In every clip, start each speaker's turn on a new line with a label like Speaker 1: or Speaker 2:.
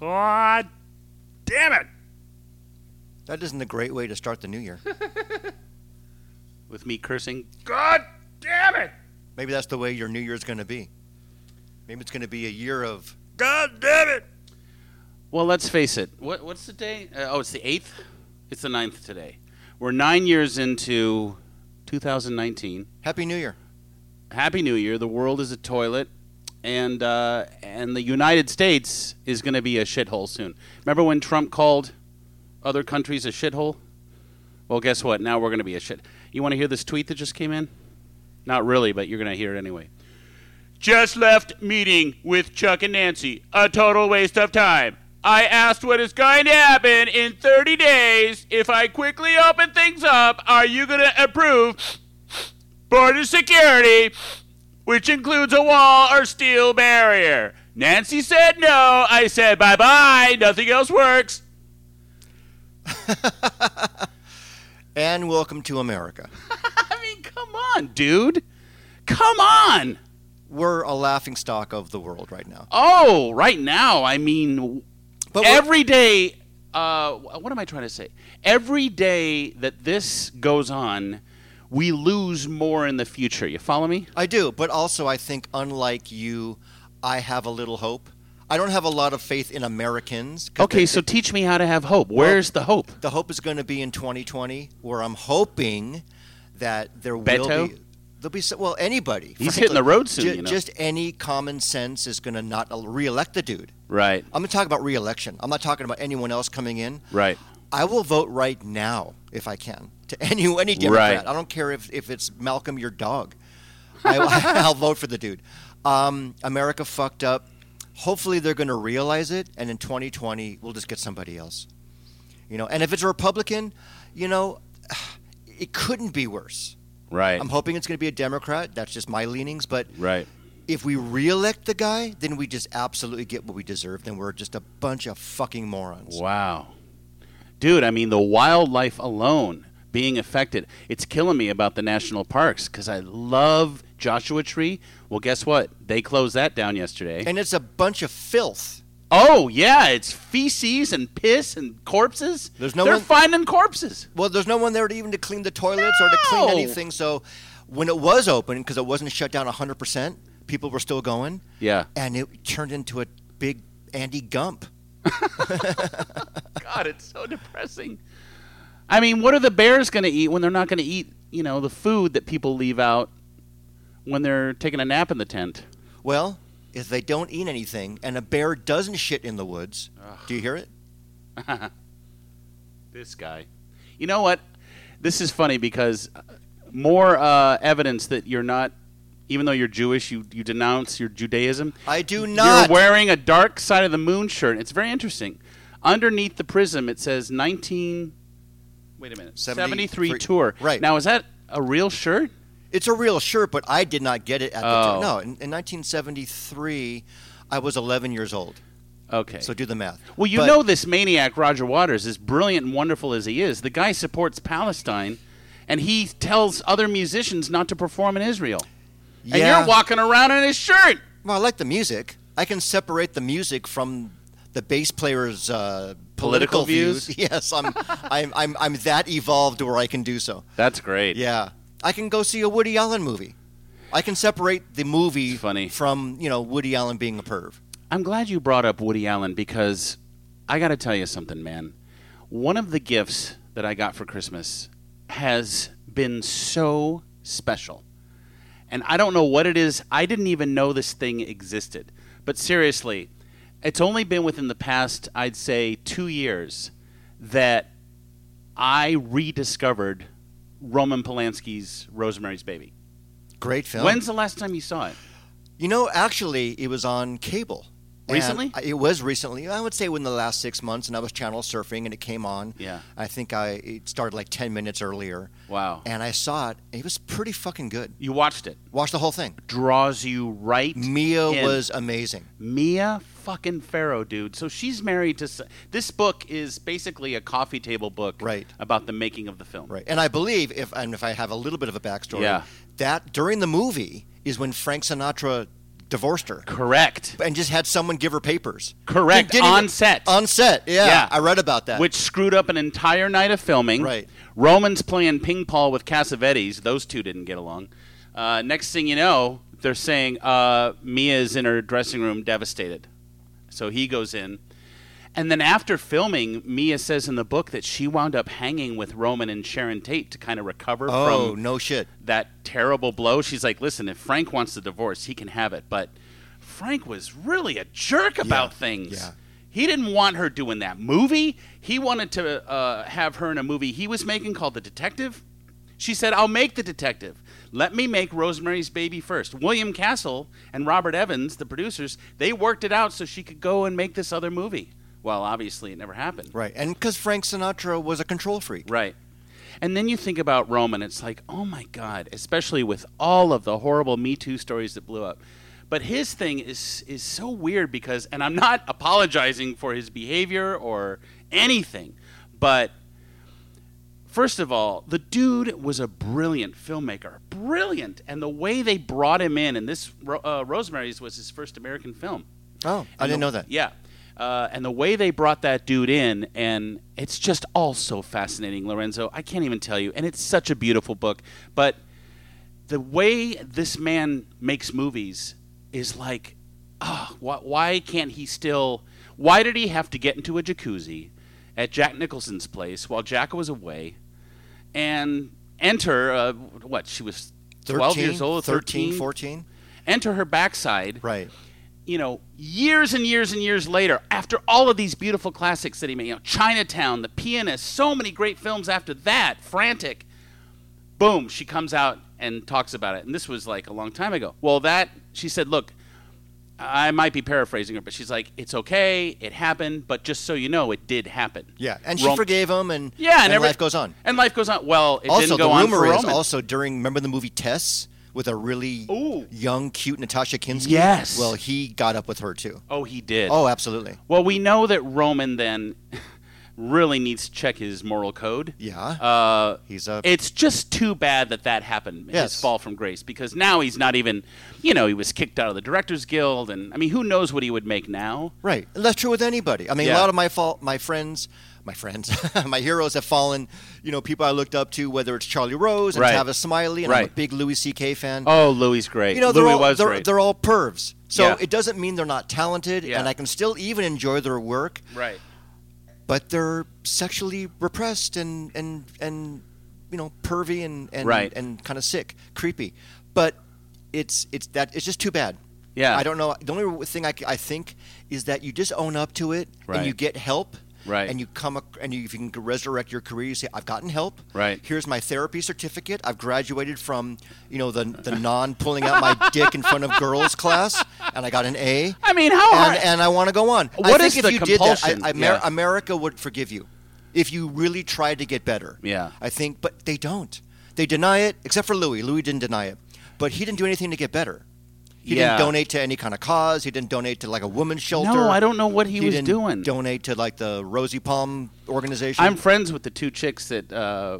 Speaker 1: God damn it!
Speaker 2: That isn't a great way to start the new year.
Speaker 3: with me cursing.
Speaker 1: God damn it!
Speaker 2: Maybe that's the way your new year's going to be. Maybe it's going to be a year of
Speaker 1: God damn it!
Speaker 3: Well, let's face it. What, what's the day? Uh, oh, it's the 8th? It's the 9th today. We're nine years into 2019.
Speaker 2: Happy New Year.
Speaker 3: Happy New Year. The world is a toilet. And, uh, and the United States is going to be a shithole soon. Remember when Trump called other countries a shithole? Well, guess what? Now we're going to be a shit. You want to hear this tweet that just came in? Not really, but you're going to hear it anyway. Just left meeting with Chuck and Nancy. A total waste of time. I asked what is going to happen in 30 days. If I quickly open things up, are you going to approve border security, which includes a wall or steel barrier? Nancy said no. I said bye bye. Nothing else works.
Speaker 2: and welcome to America.
Speaker 3: I mean, come on, dude. Come on.
Speaker 2: We're a laughing stock of the world right now.
Speaker 3: Oh, right now, I mean,
Speaker 2: But we're-
Speaker 3: every day. Uh, what am I trying to say? Every day that this goes on, we lose more in the future. You follow me?
Speaker 2: I do, but also I think unlike you, I have a little hope. I don't have a lot of faith in Americans. 'cause
Speaker 3: Okay, so teach me how to have hope. Where's the hope?
Speaker 2: the hope is going to be in 2020, where I'm hoping that there will
Speaker 3: Beto?
Speaker 2: be. There'll be so, well anybody.
Speaker 3: He's hitting the road soon,
Speaker 2: Ju-
Speaker 3: you know.
Speaker 2: Just any common sense is going to not el- reelect the dude.
Speaker 3: Right,
Speaker 2: I'm going to talk about reelection. I'm not talking about anyone else coming in.
Speaker 3: right.
Speaker 2: I will vote right now if I can to any any Democrat.
Speaker 3: Right.
Speaker 2: I don't care if, if it's Malcolm your dog. I, I'll vote for the dude. Um, America fucked up. Hopefully they're going to realize it, and in 2020 we'll just get somebody else. You know, and if it's a Republican, you know, it couldn't be worse.
Speaker 3: Right.
Speaker 2: I'm hoping it's going to be a Democrat. That's just my leanings, but
Speaker 3: Right.
Speaker 2: if we reelect the guy, then we just absolutely get what we deserve. Then we're just a bunch of fucking morons.
Speaker 3: Wow. Dude, I mean, the wildlife alone being affected. It's killing me about the national parks because I love Joshua Tree. Well, guess what? They closed that down yesterday.
Speaker 2: And it's a bunch of filth.
Speaker 3: oh, yeah, it's feces and piss and corpses.
Speaker 2: There's no
Speaker 3: They're
Speaker 2: one-
Speaker 3: finding corpses.
Speaker 2: Well, there's no one there to even to clean the toilets or to clean
Speaker 3: No.
Speaker 2: anything. So when it was open, because it wasn't shut down 100%, people were still going.
Speaker 3: Yeah.
Speaker 2: And it turned into a big Andy Gump.
Speaker 3: God, it's so depressing. I mean, what are the bears going to eat when they're not going to eat, you know, the food that people leave out when they're taking a nap in the tent?
Speaker 2: Well, if they don't eat anything and a bear doesn't shit in the woods, do you hear it?
Speaker 3: This guy. You know what? This is funny because uh, more uh, evidence that you're not, even though you're Jewish, you, you denounce your Judaism.
Speaker 2: I do not.
Speaker 3: You're wearing a dark side of the moon shirt. It's very interesting. Underneath the prism, it says 19. Wait a minute. 73
Speaker 2: 73
Speaker 3: tour.
Speaker 2: right.
Speaker 3: Now, is that a real shirt?
Speaker 2: It's a real shirt, but I did not get it at the
Speaker 3: Oh.
Speaker 2: time. No, in, in 1973, I was 11 years old.
Speaker 3: Okay.
Speaker 2: So do the math.
Speaker 3: Well, you
Speaker 2: But-
Speaker 3: know this maniac Roger Waters, as brilliant and wonderful as he is, the guy supports Palestine, and he tells other musicians not to perform in Israel. And
Speaker 2: Yeah.
Speaker 3: you're walking around in his shirt.
Speaker 2: Well, I like the music. I can separate the music from the bass player's uh, political,
Speaker 3: Political views?
Speaker 2: Yes, I'm, I'm, I'm, I'm that evolved where I can do so.
Speaker 3: That's great.
Speaker 2: Yeah, I can go see a Woody Allen movie. I can separate the movie
Speaker 3: It's funny.
Speaker 2: from you know Woody Allen being a perv.
Speaker 3: I'm glad you brought up Woody Allen because I got to tell you something, man. One of the gifts that I got for Christmas has been so special. And I don't know what it is. I didn't even know this thing existed. But seriously, it's only been within the past, I'd say, two years that I rediscovered Roman Polanski's Rosemary's Baby.
Speaker 2: Great film.
Speaker 3: When's the last time you saw it?
Speaker 2: you know, actually, it was on cable. And
Speaker 3: Recently?
Speaker 2: I- it was recently. I would say within the last six months, and I was channel surfing, and it came on.
Speaker 3: Yeah.
Speaker 2: I think I it started like ten minutes earlier.
Speaker 3: Wow.
Speaker 2: And I saw it. And it was pretty fucking good.
Speaker 3: You watched it.
Speaker 2: Watch the whole thing.
Speaker 3: Draws you right.
Speaker 2: Mia
Speaker 3: in.
Speaker 2: was amazing.
Speaker 3: Mia fucking Farrow, dude. So she's married to. s- This book is basically a coffee table book,
Speaker 2: Right.
Speaker 3: About the making of the film,
Speaker 2: Right. And I believe if and if I have a little bit of a backstory,
Speaker 3: Yeah.
Speaker 2: that during the movie is when Frank Sinatra divorced her
Speaker 3: Correct.
Speaker 2: and just had someone give her papers.
Speaker 3: Correct.
Speaker 2: Didn't even-
Speaker 3: On set.
Speaker 2: On set, yeah,
Speaker 3: Yeah.
Speaker 2: I read about that.
Speaker 3: Which screwed up an entire night of filming.
Speaker 2: Right.
Speaker 3: Roman's playing ping pong with Cassavetes. Those two didn't get along. Uh, next thing you know, they're saying uh, Mia's in her dressing room devastated. So he goes in. And then after filming, Mia says in the book that she wound up hanging with Roman and Sharon Tate to kind of recover
Speaker 2: oh
Speaker 3: from
Speaker 2: no shit.
Speaker 3: that terrible blow. She's like, listen, if Frank wants the divorce, he can have it. But Frank was really a jerk about things.
Speaker 2: yeah.
Speaker 3: He didn't want her doing that movie. He wanted to uh, have her in a movie he was making called The Detective. She said, I'll make The Detective. Let me make Rosemary's Baby first. William Castle and Robert Evans, the producers, they worked it out so she could go and make this other movie. Well, obviously, it never happened.
Speaker 2: Right, and because Frank Sinatra was a control freak.
Speaker 3: Right. And then you think about Roman, it's like, oh my God, especially with all of the horrible Me Too stories that blew up. But his thing is is so weird because and I'm not apologizing for his behavior or anything, but First of all, the dude was a brilliant filmmaker, brilliant, and the way they brought him in, and this Ro- uh, Rosemary's was his first American film.
Speaker 2: Oh, I
Speaker 3: And
Speaker 2: didn't
Speaker 3: the-
Speaker 2: know that.
Speaker 3: Yeah. Uh, and the way they brought that dude in, and it's just all so fascinating, Lorenzo. I can't even tell you. And it's such a beautiful book. But the way this man makes movies is like, oh, why, why can't he still? Why did he have to get into a jacuzzi at Jack Nicholson's place while Jack was away and enter, uh, what, she was 12 years old, 13,
Speaker 2: 13, 14.
Speaker 3: enter her backside
Speaker 2: Right.
Speaker 3: you know, years and years and years later, after all of these beautiful classics that he made, you know, Chinatown, The Pianist, so many great films after that, Frantic, boom, she comes out and talks about it. And this was like a long time ago. Well, that, she said, look, I might be paraphrasing her, but she's like, it's okay, it happened, but just so you know, it did happen.
Speaker 2: Yeah, and she
Speaker 3: Rom-
Speaker 2: forgave him, and
Speaker 3: Yeah, and,
Speaker 2: and
Speaker 3: every-
Speaker 2: life goes on.
Speaker 3: And life goes on. Well, it
Speaker 2: also,
Speaker 3: didn't go
Speaker 2: the
Speaker 3: on
Speaker 2: rumor
Speaker 3: for
Speaker 2: is
Speaker 3: Roman.
Speaker 2: also during remember the movie Tess with a really
Speaker 3: Ooh.
Speaker 2: young, cute Natasha Kinsky.
Speaker 3: Yes.
Speaker 2: Well, he got up with her too.
Speaker 3: oh, he did.
Speaker 2: Oh, absolutely.
Speaker 3: Well, we know that Roman then really needs to check his moral code.
Speaker 2: Yeah.
Speaker 3: Uh,
Speaker 2: He's a
Speaker 3: it's just too bad that that happened. His
Speaker 2: Yes.
Speaker 3: fall from grace, because now he's not even, you know, he was kicked out of the Directors Guild, and I mean, who knows what he would make now?
Speaker 2: right. And that's true with anybody. I mean,
Speaker 3: Yeah.
Speaker 2: a lot of my fault, my friends, my friends, my heroes have fallen. You know, people I looked up to, whether it's Charlie Rose and
Speaker 3: Right.
Speaker 2: Tavis Smiley, and I'm a
Speaker 3: Right.
Speaker 2: big Louis C.K. fan.
Speaker 3: Oh, Louis great.
Speaker 2: you know, they're
Speaker 3: Louis
Speaker 2: all
Speaker 3: was
Speaker 2: they're,
Speaker 3: great.
Speaker 2: they're all pervs. So
Speaker 3: Yeah.
Speaker 2: it doesn't mean they're not talented,
Speaker 3: Yeah.
Speaker 2: and I can still even enjoy their work.
Speaker 3: right.
Speaker 2: but they're sexually repressed and and and you know pervy and and,
Speaker 3: Right.
Speaker 2: and kind of sick, creepy. But it's it's that it's just too bad.
Speaker 3: Yeah.
Speaker 2: I don't know. The only thing I, c- I think is that you just own up to it
Speaker 3: Right.
Speaker 2: and you get help.
Speaker 3: Right.
Speaker 2: And you come ac- and you, if you can resurrect your career, you say, "I've gotten help.
Speaker 3: Right.
Speaker 2: Here's my therapy certificate. I've graduated from, you know, the the non pulling out my dick in front of girls class, and I got an A
Speaker 3: I mean, how hard?
Speaker 2: and, and I want to go on. I
Speaker 3: What
Speaker 2: think
Speaker 3: is
Speaker 2: if
Speaker 3: the
Speaker 2: you did
Speaker 3: compulsion?
Speaker 2: that, I, I, Amer-
Speaker 3: Yeah.
Speaker 2: America would forgive you if you really tried to get better.
Speaker 3: Yeah.
Speaker 2: I think, but they don't. They deny it, except for Louis. Louis didn't deny it, but he didn't do anything to get better. He
Speaker 3: Yeah.
Speaker 2: didn't donate to any kind of cause. He didn't donate to like a women's shelter.
Speaker 3: no, I don't know what he, was
Speaker 2: didn't
Speaker 3: doing.
Speaker 2: Donate to like the Rosie Palm organization.
Speaker 3: I'm friends with the two chicks that, uh,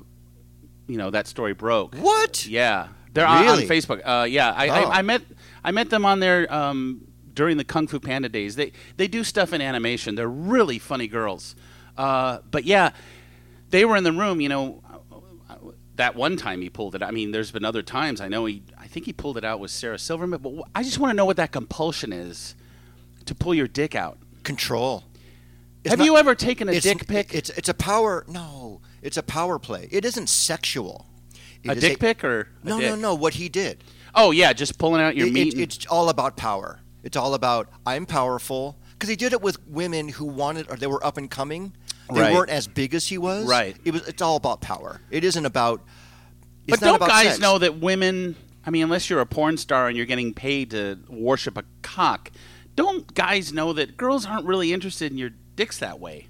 Speaker 3: you know, that story broke.
Speaker 2: what?
Speaker 3: Yeah, they're on- on,
Speaker 2: Really?
Speaker 3: Facebook. Uh, yeah, I,
Speaker 2: Oh.
Speaker 3: I, I met I met them on their um, during the Kung Fu Panda days. They they do stuff in animation. They're really funny girls. Uh, but yeah, they were in the room. You know, that one time he pulled it. I mean, there's been other times. I know he. I think he pulled it out with Sarah Silverman. But wh- I just want to know what that compulsion is to pull your dick out.
Speaker 2: Control. It's
Speaker 3: Have
Speaker 2: not-
Speaker 3: you ever taken a
Speaker 2: it's,
Speaker 3: dick pic?
Speaker 2: It's it's a power. No, it's a power play. It isn't sexual. It
Speaker 3: a
Speaker 2: is
Speaker 3: dick pic or a
Speaker 2: No,
Speaker 3: dick?
Speaker 2: no, no. What he did.
Speaker 3: Oh yeah, just pulling out your
Speaker 2: It-
Speaker 3: meat.
Speaker 2: it-
Speaker 3: and-
Speaker 2: it's all about power. It's all about I'm powerful because he did it with women who wanted or they were up and coming. They
Speaker 3: Right.
Speaker 2: weren't as big as he was.
Speaker 3: Right.
Speaker 2: It was. It's all about power. It isn't about. It's
Speaker 3: But
Speaker 2: not
Speaker 3: don't
Speaker 2: about
Speaker 3: guys
Speaker 2: sex.
Speaker 3: know that women? I mean, unless you're a porn star and you're getting paid to worship a cock, don't guys know that girls aren't really interested in your dicks that way?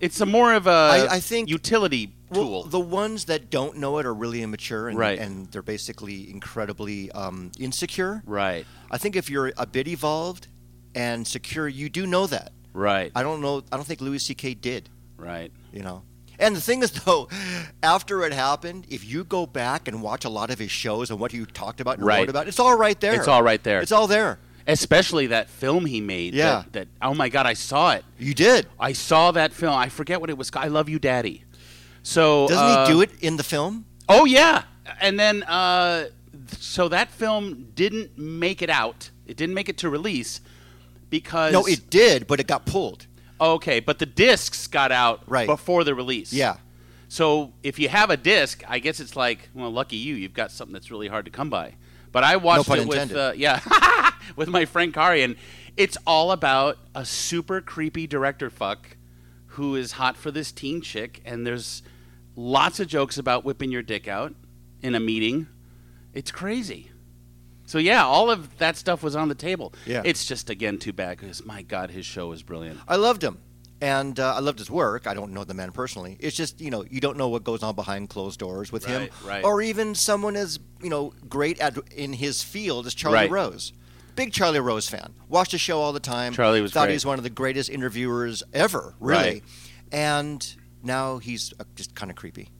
Speaker 3: It's a more of a
Speaker 2: I- I think-
Speaker 3: utility
Speaker 2: Well,
Speaker 3: tool.
Speaker 2: the ones that don't know it are really immature and,
Speaker 3: Right.
Speaker 2: and they're basically incredibly um, insecure.
Speaker 3: right,
Speaker 2: I think if you're a bit evolved and secure, you do know that.
Speaker 3: right,
Speaker 2: I don't know. I don't think Louis C.K. did.
Speaker 3: right.
Speaker 2: you know. And the thing is, though, after it happened, if you go back and watch a lot of his shows and what he talked about and
Speaker 3: Right.
Speaker 2: wrote about, it's all right there.
Speaker 3: It's all right there.
Speaker 2: It's all there.
Speaker 3: Especially that film he made.
Speaker 2: Yeah.
Speaker 3: That, that oh my god, I saw it.
Speaker 2: You did.
Speaker 3: I saw that film. I forget what it was. ca- I love you, Daddy. So
Speaker 2: Doesn't
Speaker 3: uh,
Speaker 2: he do it in the film?
Speaker 3: Oh yeah, and then uh, so that film didn't make it out. It didn't make it to release because
Speaker 2: No, it did, but it got pulled.
Speaker 3: okay, but the discs got out
Speaker 2: Right.
Speaker 3: before the release.
Speaker 2: Yeah.
Speaker 3: So if you have a disc, I guess it's like, well, lucky you, you've got something that's really hard to come by. But I watched
Speaker 2: pun
Speaker 3: it with,
Speaker 2: intended.
Speaker 3: uh, yeah, with my friend Kari, and it's all about a super creepy director fuck who is hot for this teen chick, and there's lots of jokes about whipping your dick out in a meeting. It's crazy. So yeah, all of that stuff was on the table.
Speaker 2: Yeah.
Speaker 3: It's just again too bad because my God, his show is brilliant.
Speaker 2: I loved him, and uh, I loved his work. I don't know the man personally. It's just you know you don't know what goes on behind closed doors with him,
Speaker 3: Right, right.
Speaker 2: or even someone as you know great at in his field as Charlie
Speaker 3: Right.
Speaker 2: Rose. Big Charlie Rose fan. Watched the show all the time.
Speaker 3: Charlie was
Speaker 2: thought
Speaker 3: great.
Speaker 2: he was one of the greatest interviewers ever, really.
Speaker 3: Right.
Speaker 2: And now he's uh, just kind of creepy.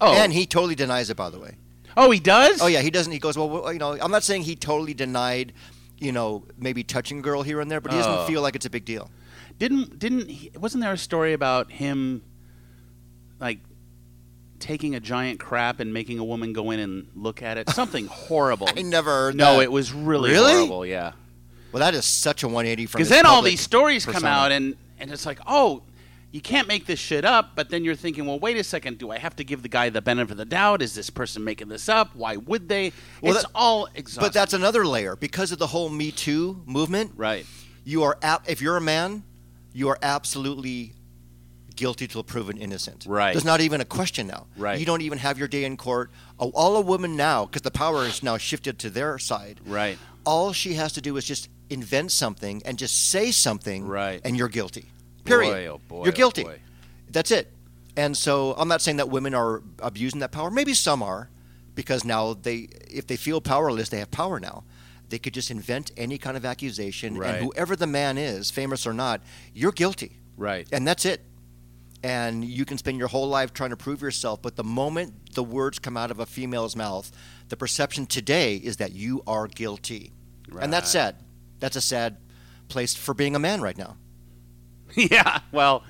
Speaker 3: Oh,
Speaker 2: And he totally denies it, by the way.
Speaker 3: oh, he does.
Speaker 2: Oh yeah, he doesn't. He goes, well, well, you know, I'm not saying he totally denied, you know, maybe touching a girl here and there, but he
Speaker 3: Oh.
Speaker 2: doesn't feel like it's a big deal.
Speaker 3: Didn't didn't he, wasn't there a story about him like taking a giant crap and making a woman go in and look at it? Something horrible.
Speaker 2: I never heard
Speaker 3: no,
Speaker 2: that.
Speaker 3: it was really,
Speaker 2: Really?
Speaker 3: horrible. Yeah,
Speaker 2: Well, that is such a 180 from.
Speaker 3: because
Speaker 2: his
Speaker 3: then all
Speaker 2: public
Speaker 3: these stories come
Speaker 2: persona.
Speaker 3: out and and it's like, oh, you can't make this shit up. But then you're thinking, well, wait a second, do I have to give the guy the benefit of the doubt? Is this person making this up? Why would they?
Speaker 2: Well,
Speaker 3: it's
Speaker 2: that-
Speaker 3: all exhausting.
Speaker 2: But that's another layer because of the whole Me Too movement.
Speaker 3: right.
Speaker 2: You are ab- if you're a man, you are absolutely guilty till proven innocent.
Speaker 3: Right.
Speaker 2: There's not even a question now.
Speaker 3: Right.
Speaker 2: You don't even have your day in court. Oh, All a woman now, because the power is now shifted to their side.
Speaker 3: Right.
Speaker 2: All she has to do is just invent something and just say something.
Speaker 3: Right.
Speaker 2: And you're guilty. Period.
Speaker 3: Boy, oh boy,
Speaker 2: you're
Speaker 3: oh
Speaker 2: guilty.
Speaker 3: boy.
Speaker 2: That's it. And so I'm not saying that women are abusing that power. Maybe some are, because now they, if they feel powerless, they have power now. They could just invent any kind of accusation,
Speaker 3: Right.
Speaker 2: and whoever the man is, famous or not, you're guilty,
Speaker 3: Right.
Speaker 2: and that's it. And you can spend your whole life trying to prove yourself, but the moment the words come out of a female's mouth, the perception today is that you are guilty, and that's sad. That's a sad place for being a man right now.
Speaker 3: yeah. Well,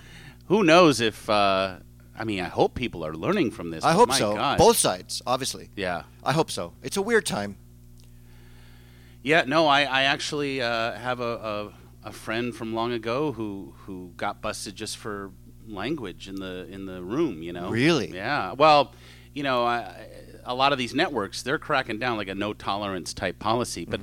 Speaker 3: who knows if? Uh, I mean, I hope people are learning from this.
Speaker 2: I
Speaker 3: but
Speaker 2: hope
Speaker 3: my
Speaker 2: so.
Speaker 3: God.
Speaker 2: Both sides, obviously.
Speaker 3: Yeah.
Speaker 2: I hope so. It's a weird time.
Speaker 3: Yeah. No, I, I actually uh, have a, a a friend from long ago who who got busted just for language in the in the room. You know.
Speaker 2: Really?
Speaker 3: Yeah. Well, you know, I- I, a lot of these networks they're cracking down like a no tolerance type policy, but.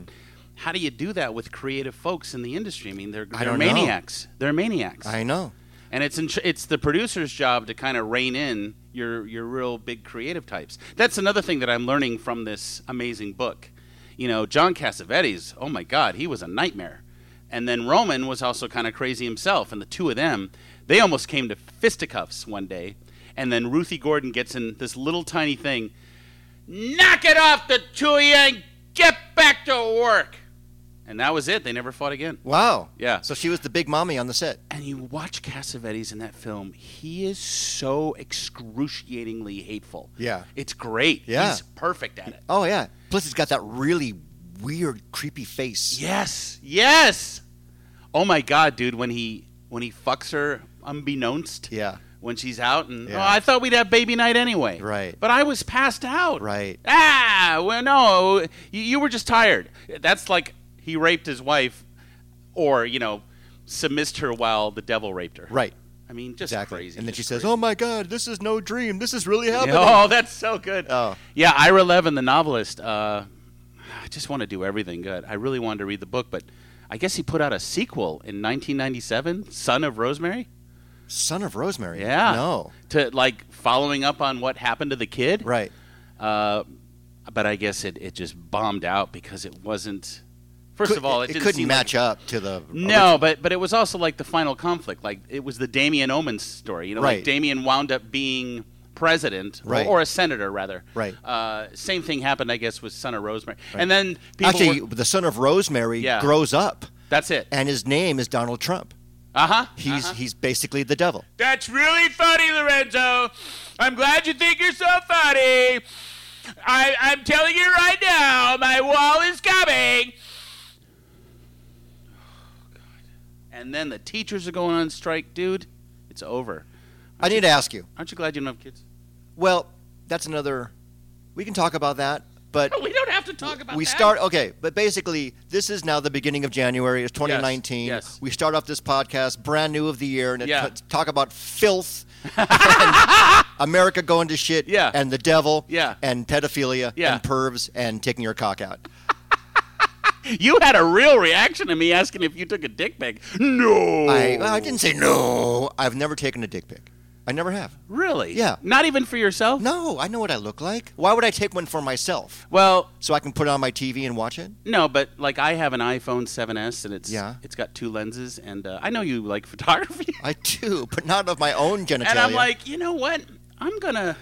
Speaker 3: How do you do that with creative folks in the industry? I mean, they're,
Speaker 2: Mm-hmm. I
Speaker 3: they're
Speaker 2: don't know.
Speaker 3: maniacs. They're maniacs.
Speaker 2: I know.
Speaker 3: and it's in, it's the producer's job to kind of rein in your your real big creative types. That's another thing that I'm learning from this amazing book. You know, John Cassavetes. Oh my God, he was a nightmare. And then Roman was also kind of crazy himself. And the two of them, they almost came to fisticuffs one day. And then Ruthie Gordon gets in this little tiny thing. Knock it off, the two of you, and get back to work. And that was it. They never fought again.
Speaker 2: Wow.
Speaker 3: Yeah.
Speaker 2: So she was the big mommy on the set.
Speaker 3: and you watch Cassavetes in that film, he is so excruciatingly hateful.
Speaker 2: Yeah.
Speaker 3: It's great.
Speaker 2: Yeah.
Speaker 3: He's perfect at it.
Speaker 2: Oh yeah. Plus he's got that really weird, creepy face.
Speaker 3: Yes. Yes. Oh my god, dude, when he when he fucks her unbeknownst
Speaker 2: Yeah.
Speaker 3: when she's out and
Speaker 2: Yeah.
Speaker 3: oh, I thought we'd have baby night anyway.
Speaker 2: Right.
Speaker 3: But I was passed out.
Speaker 2: Right.
Speaker 3: Ah, well no, you, you were just tired. That's like he raped his wife or, you know, submissed her while the devil raped her.
Speaker 2: Right.
Speaker 3: I mean, just
Speaker 2: Exactly.
Speaker 3: crazy.
Speaker 2: and then she
Speaker 3: just
Speaker 2: says,
Speaker 3: crazy.
Speaker 2: "Oh my God, this is no dream. This is really
Speaker 3: Yeah,
Speaker 2: happening."
Speaker 3: Oh, that's so good.
Speaker 2: Oh.
Speaker 3: Yeah, Ira Levin, the novelist. Uh, I just want to do everything good. I really wanted to read the book, but I guess he put out a sequel in 1997, Son of Rosemary.
Speaker 2: Son of Rosemary.
Speaker 3: Yeah.
Speaker 2: No.
Speaker 3: To like following up on what happened to the kid.
Speaker 2: Right.
Speaker 3: Uh, but I guess it, it just bombed out because it wasn't. First of all, it, didn't
Speaker 2: couldn't
Speaker 3: seem
Speaker 2: match
Speaker 3: like,
Speaker 2: up to the
Speaker 3: No, but but it was also like the final conflict. Like it was the Damien Omen story. You know, like
Speaker 2: Right.
Speaker 3: Damien wound up being president or-
Speaker 2: Right.
Speaker 3: or, a senator rather.
Speaker 2: Right.
Speaker 3: Uh, same thing happened, I guess, with Son of Rosemary. And then people
Speaker 2: Actually,
Speaker 3: were-
Speaker 2: the son of Rosemary
Speaker 3: Yeah.
Speaker 2: grows up,
Speaker 3: that's it.
Speaker 2: and his name is Donald Trump.
Speaker 3: Uh huh.
Speaker 2: He's he's basically the devil.
Speaker 1: That's really funny, Lorenzo. I'm glad you think you're so funny. I, I'm telling you right now, my wall is coming.
Speaker 3: Oh, and then the teachers are going on strike, dude. It's over.
Speaker 2: I need to ask you.
Speaker 3: Aren't you glad you don't have kids?
Speaker 2: Well, that's another. We can talk about that, but
Speaker 1: We don't have to talk about
Speaker 2: we
Speaker 1: that.
Speaker 2: start okay. But basically, this is now the beginning of January. It's 2019.
Speaker 3: yes.
Speaker 2: We start off this podcast brand new of the year, and it
Speaker 3: Yeah.
Speaker 2: t- talk about filth, and America going to shit,
Speaker 3: Yeah.
Speaker 2: and the devil,
Speaker 3: Yeah.
Speaker 2: and pedophilia,
Speaker 3: Yeah.
Speaker 2: and pervs, and taking your cock out.
Speaker 3: You had a real reaction to me asking if you took a dick pic. No,
Speaker 2: I, well, I didn't say no. I've never taken a dick pic. I never have.
Speaker 3: Really?
Speaker 2: Yeah.
Speaker 3: Not even for yourself.
Speaker 2: No, I know what I look like. Why would I take one for myself?
Speaker 3: Well,
Speaker 2: So I can put it on my TV and watch it?
Speaker 3: no, but like I have an iPhone 7s and it's
Speaker 2: Yeah.
Speaker 3: it's got two lenses, and uh, I know you like photography,
Speaker 2: I do, but not of my own genitalia.
Speaker 3: and I'm like, you know what? I'm gonna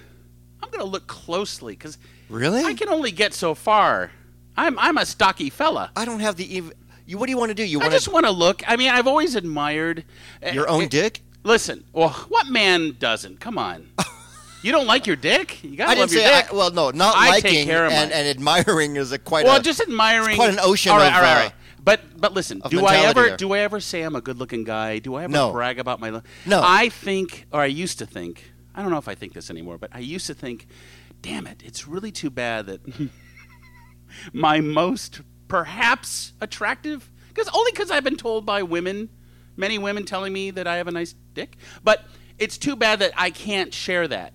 Speaker 3: I'm gonna look closely because
Speaker 2: really?
Speaker 3: I can only get so far. I'm I'm a stocky fella.
Speaker 2: I don't have the. Ev- you, what do you want to do? You
Speaker 3: I
Speaker 2: want
Speaker 3: just want to look. I mean, I've always admired uh,
Speaker 2: your own
Speaker 3: uh,
Speaker 2: dick?
Speaker 3: Listen, well, what man doesn't? Come on. you don't like your dick? You gotta
Speaker 2: I
Speaker 3: love
Speaker 2: didn't say.
Speaker 3: your dick.
Speaker 2: I, well, no, not
Speaker 3: I take
Speaker 2: liking
Speaker 3: care of
Speaker 2: and,
Speaker 3: mine.
Speaker 2: and admiring is a quite.
Speaker 3: well,
Speaker 2: a,
Speaker 3: just admiring.
Speaker 2: it's quite an ocean
Speaker 3: All right,
Speaker 2: of,
Speaker 3: all right,
Speaker 2: uh,
Speaker 3: all right. But but listen,
Speaker 2: of
Speaker 3: do I
Speaker 2: mentality
Speaker 3: ever
Speaker 2: there.
Speaker 3: do I ever say I'm a good-looking guy? Do I ever
Speaker 2: No.
Speaker 3: brag about my? look?
Speaker 2: No.
Speaker 3: I think, or I used to think. I don't know if I think this anymore, but I used to think, damn it, it's really too bad that my most perhaps attractive, because only because I've been told by women, many women telling me that I have a nice dick, but it's too bad that I can't share that.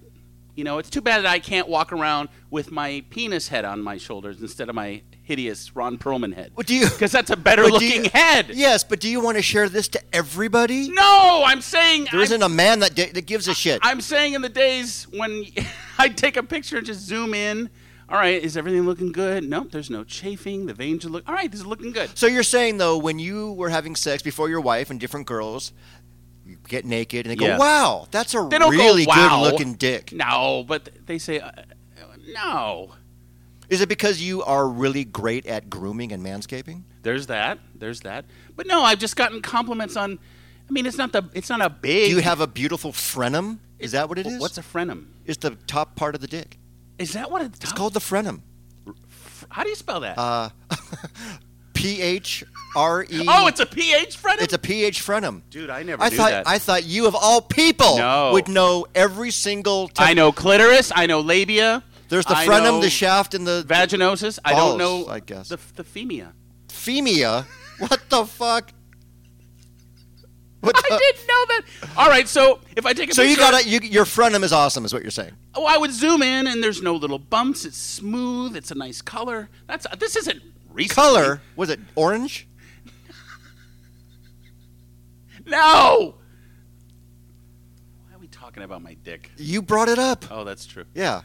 Speaker 3: You know, it's too bad that I can't walk around with my penis head on my shoulders instead of my hideous Ron Perlman head.
Speaker 2: What do you?
Speaker 3: Because that's a better
Speaker 2: but do
Speaker 3: looking
Speaker 2: you-
Speaker 3: head.
Speaker 2: Yes, but do you want to share this to everybody?
Speaker 3: No, I'm saying
Speaker 2: There
Speaker 3: I'm,
Speaker 2: isn't a man that di- that gives a shit.
Speaker 3: I'm saying in the days when I take a picture and just zoom in. All right, is everything looking good? Nope, there's no chafing. The veins are look. All right, this is looking good.
Speaker 2: so you're saying though, when you were having sex before your wife and different girls, you get naked and they go,
Speaker 3: Yeah.
Speaker 2: "Wow, that's a
Speaker 3: They don't go,
Speaker 2: really
Speaker 3: "Wow."
Speaker 2: good looking dick."
Speaker 3: No, but they say uh, no.
Speaker 2: Is it because you are really great at grooming and manscaping?
Speaker 3: There's that. There's that. But no, I've just gotten compliments on. I mean, it's not the. It's not a big.
Speaker 2: Do you have a beautiful frenum? Is that what it is?
Speaker 3: What's a frenum?
Speaker 2: It's the top part of the dick.
Speaker 3: Is that what it's
Speaker 2: It's called the frenum.
Speaker 3: How do you spell that?
Speaker 2: P H R E.
Speaker 3: oh, it's a pH frenum.
Speaker 2: it's a pH frenum.
Speaker 3: Dude, I never
Speaker 2: I
Speaker 3: knew
Speaker 2: thought
Speaker 3: that.
Speaker 2: I thought you of all people
Speaker 3: No.
Speaker 2: would know every single.
Speaker 3: I
Speaker 2: Time.
Speaker 3: know clitoris. I know labia.
Speaker 2: There's the
Speaker 3: I
Speaker 2: frenum,
Speaker 3: know
Speaker 2: the shaft, and the
Speaker 3: Vaginosis. I don't
Speaker 2: Balls,
Speaker 3: know.
Speaker 2: I guess.
Speaker 3: the, the femia.
Speaker 2: femia. What the fuck? What
Speaker 3: I
Speaker 2: the-
Speaker 3: didn't know that. All right, so if I take a
Speaker 2: So you
Speaker 3: picture-
Speaker 2: got to you, your frenum is awesome, is what you're saying.
Speaker 3: Oh, I would zoom in, and there's no little bumps. It's smooth. It's a nice color. That's this isn't recent.
Speaker 2: Color was it orange?
Speaker 3: No. Why are we talking about my dick?
Speaker 2: You brought it up.
Speaker 3: Oh, that's true.
Speaker 2: Yeah.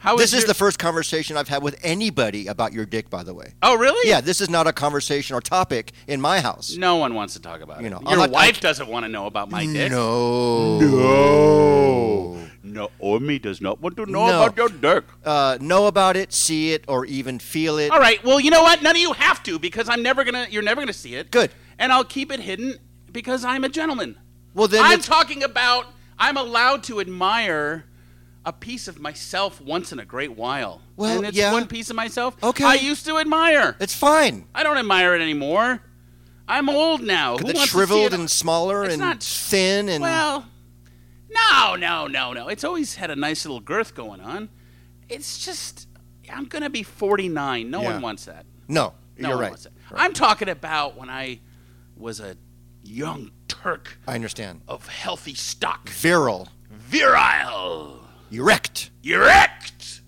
Speaker 3: How
Speaker 2: This
Speaker 3: your-
Speaker 2: is the first conversation I've had with anybody about your dick, by the way.
Speaker 3: Oh, really?
Speaker 2: Yeah, this is not a conversation or topic in my house.
Speaker 3: No one wants to talk about
Speaker 2: You
Speaker 3: it.
Speaker 2: know,
Speaker 3: Your
Speaker 2: I'm not-
Speaker 3: wife doesn't want to know about my dick.
Speaker 2: No.
Speaker 3: No. No, Omi does not want to know
Speaker 2: No.
Speaker 3: about your dick.
Speaker 2: Uh, know about it, see it, or even feel it.
Speaker 3: All right. Well, you know what? None of you have to because I'm never gonna. You're never gonna see it.
Speaker 2: Good.
Speaker 3: And I'll keep it hidden because I'm a gentleman.
Speaker 2: Well, then
Speaker 3: I'm
Speaker 2: it's-
Speaker 3: talking about. I'm allowed to admire a piece of myself once in a great while.
Speaker 2: Well,
Speaker 3: and it's
Speaker 2: yeah.
Speaker 3: one piece of myself
Speaker 2: Okay.
Speaker 3: I used to admire.
Speaker 2: it's fine.
Speaker 3: I don't admire it anymore. I'm old now. Who
Speaker 2: It's
Speaker 3: wants
Speaker 2: shriveled
Speaker 3: to see it?
Speaker 2: and smaller
Speaker 3: It's
Speaker 2: and
Speaker 3: not-
Speaker 2: thin and
Speaker 3: Well, no, no, no, no. It's always had a nice little girth going on. It's just I'm gonna be 49. No
Speaker 2: Yeah.
Speaker 3: one wants that.
Speaker 2: no,
Speaker 3: No
Speaker 2: you're
Speaker 3: one
Speaker 2: right.
Speaker 3: wants that. I'm talking about when I was a young Turk
Speaker 2: I understand.
Speaker 3: of healthy stock,
Speaker 2: Virile,
Speaker 3: virile,
Speaker 2: erect.
Speaker 3: erect,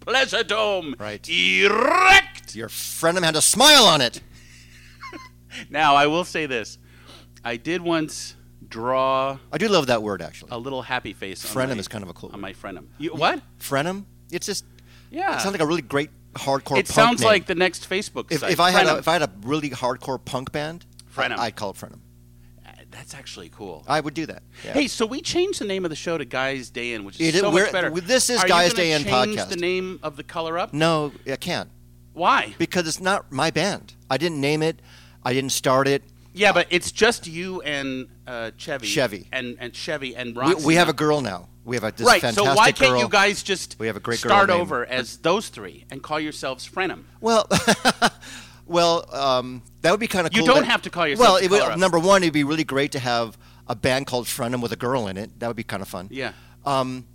Speaker 3: pleasure dome,
Speaker 2: Right.
Speaker 3: erect.
Speaker 2: Your frenum had a smile on it.
Speaker 3: Now I will say this: I did once draw
Speaker 2: I do love that word actually.
Speaker 3: a little happy face. on
Speaker 2: Frenum
Speaker 3: my-
Speaker 2: is kind of a cool
Speaker 3: on
Speaker 2: word.
Speaker 3: my frenum. You, what?
Speaker 2: Frenum. It's just.
Speaker 3: Yeah.
Speaker 2: It sounds like a really great hardcore. punk
Speaker 3: It sounds
Speaker 2: name.
Speaker 3: like the next Facebook.
Speaker 2: If,
Speaker 3: site.
Speaker 2: if I had a,
Speaker 3: Frenum.
Speaker 2: if I had a really hardcore punk band,
Speaker 3: Frenum.
Speaker 2: I, would call it Frenum.
Speaker 3: Uh, that's actually cool.
Speaker 2: I would do that. Oh, Yeah.
Speaker 3: Hey, so we changed the name of the show to Guys Day In, which is
Speaker 2: It-
Speaker 3: so
Speaker 2: we're-
Speaker 3: much better.
Speaker 2: this is
Speaker 3: Are you
Speaker 2: Guys
Speaker 3: gonna
Speaker 2: Day In
Speaker 3: change
Speaker 2: podcast.
Speaker 3: The name of the color up.
Speaker 2: No, I can't
Speaker 3: Why?
Speaker 2: because it's not my band. I didn't name it. I didn't start it.
Speaker 3: Yeah, but it's just you and uh, Chevy.
Speaker 2: Chevy.
Speaker 3: and and Chevy and
Speaker 2: We,
Speaker 3: Roxy.
Speaker 2: we have a girl now. We have a this
Speaker 3: right.
Speaker 2: fantastic
Speaker 3: so why can't
Speaker 2: girl.
Speaker 3: you guys just
Speaker 2: We have a great girl
Speaker 3: start
Speaker 2: named-
Speaker 3: over as those three and call yourselves Frenum?
Speaker 2: Well, Well, um, that would be kind of
Speaker 3: You
Speaker 2: cool.
Speaker 3: don't
Speaker 2: that-
Speaker 3: have to call yourself
Speaker 2: Well,
Speaker 3: the
Speaker 2: it would,
Speaker 3: Color Ups.
Speaker 2: number one, it'd be really great to have a band called Frenum with a girl in it. That would be kind of fun.
Speaker 3: Yeah.
Speaker 2: Um,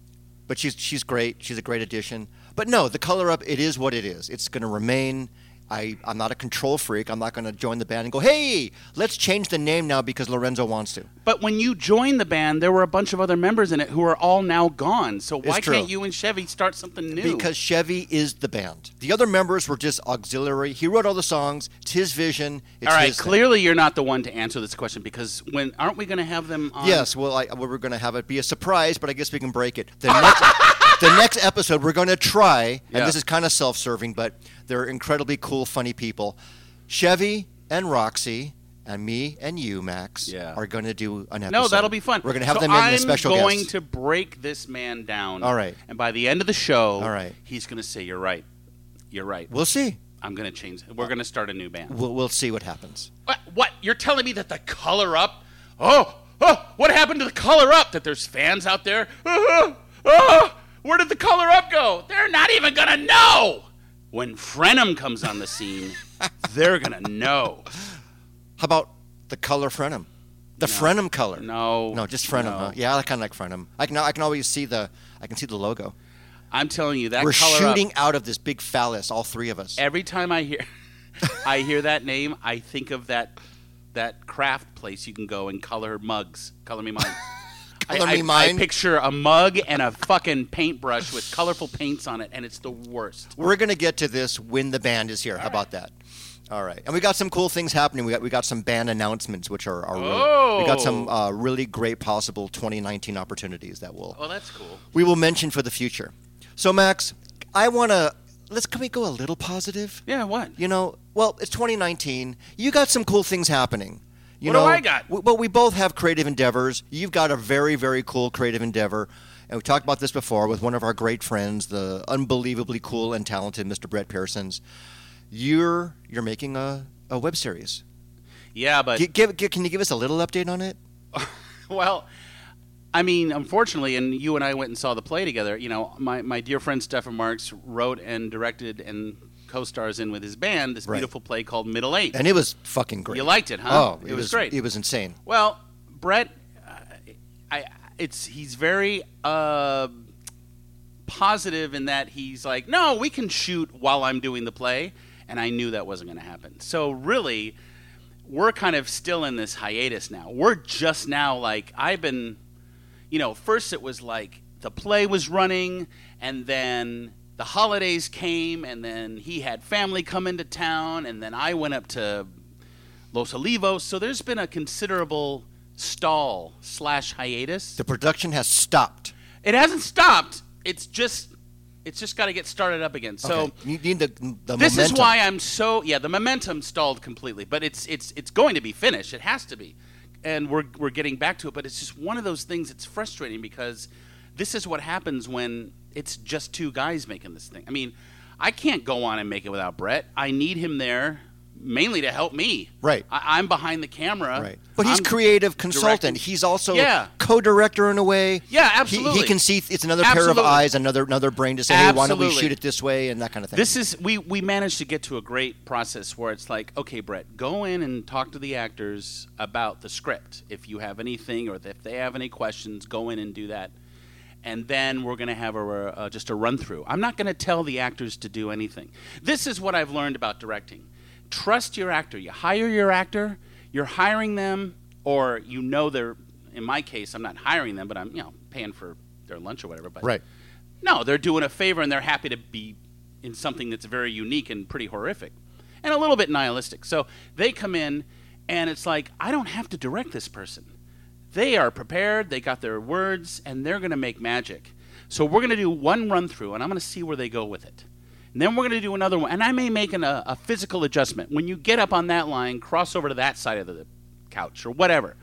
Speaker 2: but she's she's great. She's a great addition. But no, the color up. It is what it is. It's going to remain. I I'm not a control freak. I'm not going to join the band and go, hey, let's change the name now because Lorenzo wants to.
Speaker 3: But when you joined the band, there were a bunch of other members in it who are all now gone. So why
Speaker 2: It's true.
Speaker 3: can't you and Chevy start something new?
Speaker 2: Because Chevy is the band. The other members were just auxiliary. He wrote all the songs. It's his vision. It's
Speaker 3: all right,
Speaker 2: his thing.
Speaker 3: clearly you're not the one to answer this question because when aren't we going to have them on?
Speaker 2: Yes, well, I, well, we're going to have it be a surprise, but I guess we can break it. The next, the next episode, we're going to try, and
Speaker 3: Yeah.
Speaker 2: this is kind of self serving, but they're incredibly cool, funny people. Chevy and Roxy and me and you, Max,
Speaker 3: Yeah.
Speaker 2: are going to do an episode.
Speaker 3: No, that'll be fun.
Speaker 2: We're going to have
Speaker 3: So
Speaker 2: them in
Speaker 3: I'm
Speaker 2: as special
Speaker 3: going
Speaker 2: guests.
Speaker 3: to break this man down.
Speaker 2: All right.
Speaker 3: And by the end of the show,
Speaker 2: All right.
Speaker 3: he's going to say, "You're right. You're right.
Speaker 2: We'll see.
Speaker 3: I'm going to change. We're going to start a new band."
Speaker 2: We'll, we'll see what happens.
Speaker 3: What? what? You're telling me that the color up? Oh, oh! What happened to the color up? That there's fans out there? Oh, oh, where did the color up go? They're not even going to know. When Frenum comes on the scene, they're going to know.
Speaker 2: How about the color Frenum? The Frenum color.
Speaker 3: No.
Speaker 2: No, just Frenum.
Speaker 3: No.
Speaker 2: Huh? Yeah, I kind of like Frenum. I can, I can always see the, I can see the logo.
Speaker 3: I'm telling you that
Speaker 2: We're
Speaker 3: color up-
Speaker 2: shooting out of this big phallus, all three of us.
Speaker 3: every time I hear I hear that name, I think of that that craft place you can go and color mugs. Color me mine. I-
Speaker 2: Color
Speaker 3: I,
Speaker 2: me mine.
Speaker 3: I picture a mug and a fucking paintbrush with colorful paints on it, and it's the worst.
Speaker 2: We're gonna get to this when the band is here. How about that? All right, and we got some cool things happening. We got we got some band announcements, which are, are really, we got some uh, really great possible 2019 opportunities that will
Speaker 3: Well, that's cool.
Speaker 2: we will mention for the future. So Max, I wanna let's can we go a little positive?
Speaker 3: Yeah, what?
Speaker 2: You know, well it's 2019. You got some cool things happening. You
Speaker 3: What
Speaker 2: know,
Speaker 3: do I got?
Speaker 2: w- but we both have creative endeavors. You've got a very very cool creative endeavor. And we talked about this before with one of our great friends, the unbelievably cool and talented Mr. Brett Pearsons you're you're making a, a web series.
Speaker 3: Yeah, but
Speaker 2: Gi- give, gi- can you give us a little update on it?
Speaker 3: well, I mean, unfortunately, and you and I went and saw the play together. You know, my, my dear friend Stefan Marks wrote and directed and co-stars in with his band this
Speaker 2: Right.
Speaker 3: beautiful play called Middle Eight.
Speaker 2: And it was fucking great.
Speaker 3: You liked it, huh?
Speaker 2: Oh,
Speaker 3: it, was, great.
Speaker 2: It was insane.
Speaker 3: Well, Brett, uh, I it's he's very uh, positive in that he's like, no, we can shoot while I'm doing the play, and I knew that wasn't going to happen. So really, we're kind of still in this hiatus now. We're just now like I've been, you know, first it was like the play was running, and then. The holidays came, and then he had family come into town, and then I went up to Los Olivos. So there's been a considerable stall slash hiatus.
Speaker 2: The production has stopped.
Speaker 3: It hasn't stopped. It's just it's just got to get started up again. So
Speaker 2: Okay. you need the, the
Speaker 3: this
Speaker 2: momentum.
Speaker 3: is why I'm so yeah. The momentum stalled completely, but it's it's it's going to be finished. It has to be, and we're we're getting back to it. But it's just one of those things that's frustrating because this is what happens when it's just two guys making this thing. I mean, I can't go on and make it without Brett. I need him there mainly to help me.
Speaker 2: Right.
Speaker 3: I, I'm behind the camera.
Speaker 2: Right. But he's
Speaker 3: I'm
Speaker 2: creative consultant.
Speaker 3: directing.
Speaker 2: He's also
Speaker 3: Yeah.
Speaker 2: co-director in a way.
Speaker 3: Yeah,
Speaker 2: He- He,
Speaker 3: absolutely.
Speaker 2: can see it's another pair
Speaker 3: Absolutely.
Speaker 2: of eyes, another another brain to say, hey, why don't we
Speaker 3: Absolutely.
Speaker 2: shoot it this way and that kind of thing.
Speaker 3: This is we we managed to get to a great process where it's like, okay, Brett, go in and talk to the actors about the script. If you have anything or if they have any questions, go in and do that. And then we're going to have a, uh, just a run through. I'm not going to tell the actors to do anything. This is what I've learned about directing. Trust your actor. You hire your actor, you're hiring them or you know they're in my case, I'm not hiring them, but I'm, you know, paying for their lunch or whatever, but
Speaker 2: Right.
Speaker 3: no, they're doing a favor and they're happy to be in something that's very unique and pretty horrific and a little bit nihilistic. So they come in and it's like, I don't have to direct this person. They are prepared, they got their words, and they're going to make magic. So we're going to do one run through and I'm going to see where they go with it. And then we're going to do another one. And I may make an, a, a physical adjustment. When you get up on that line, cross over to that side of the couch or whatever.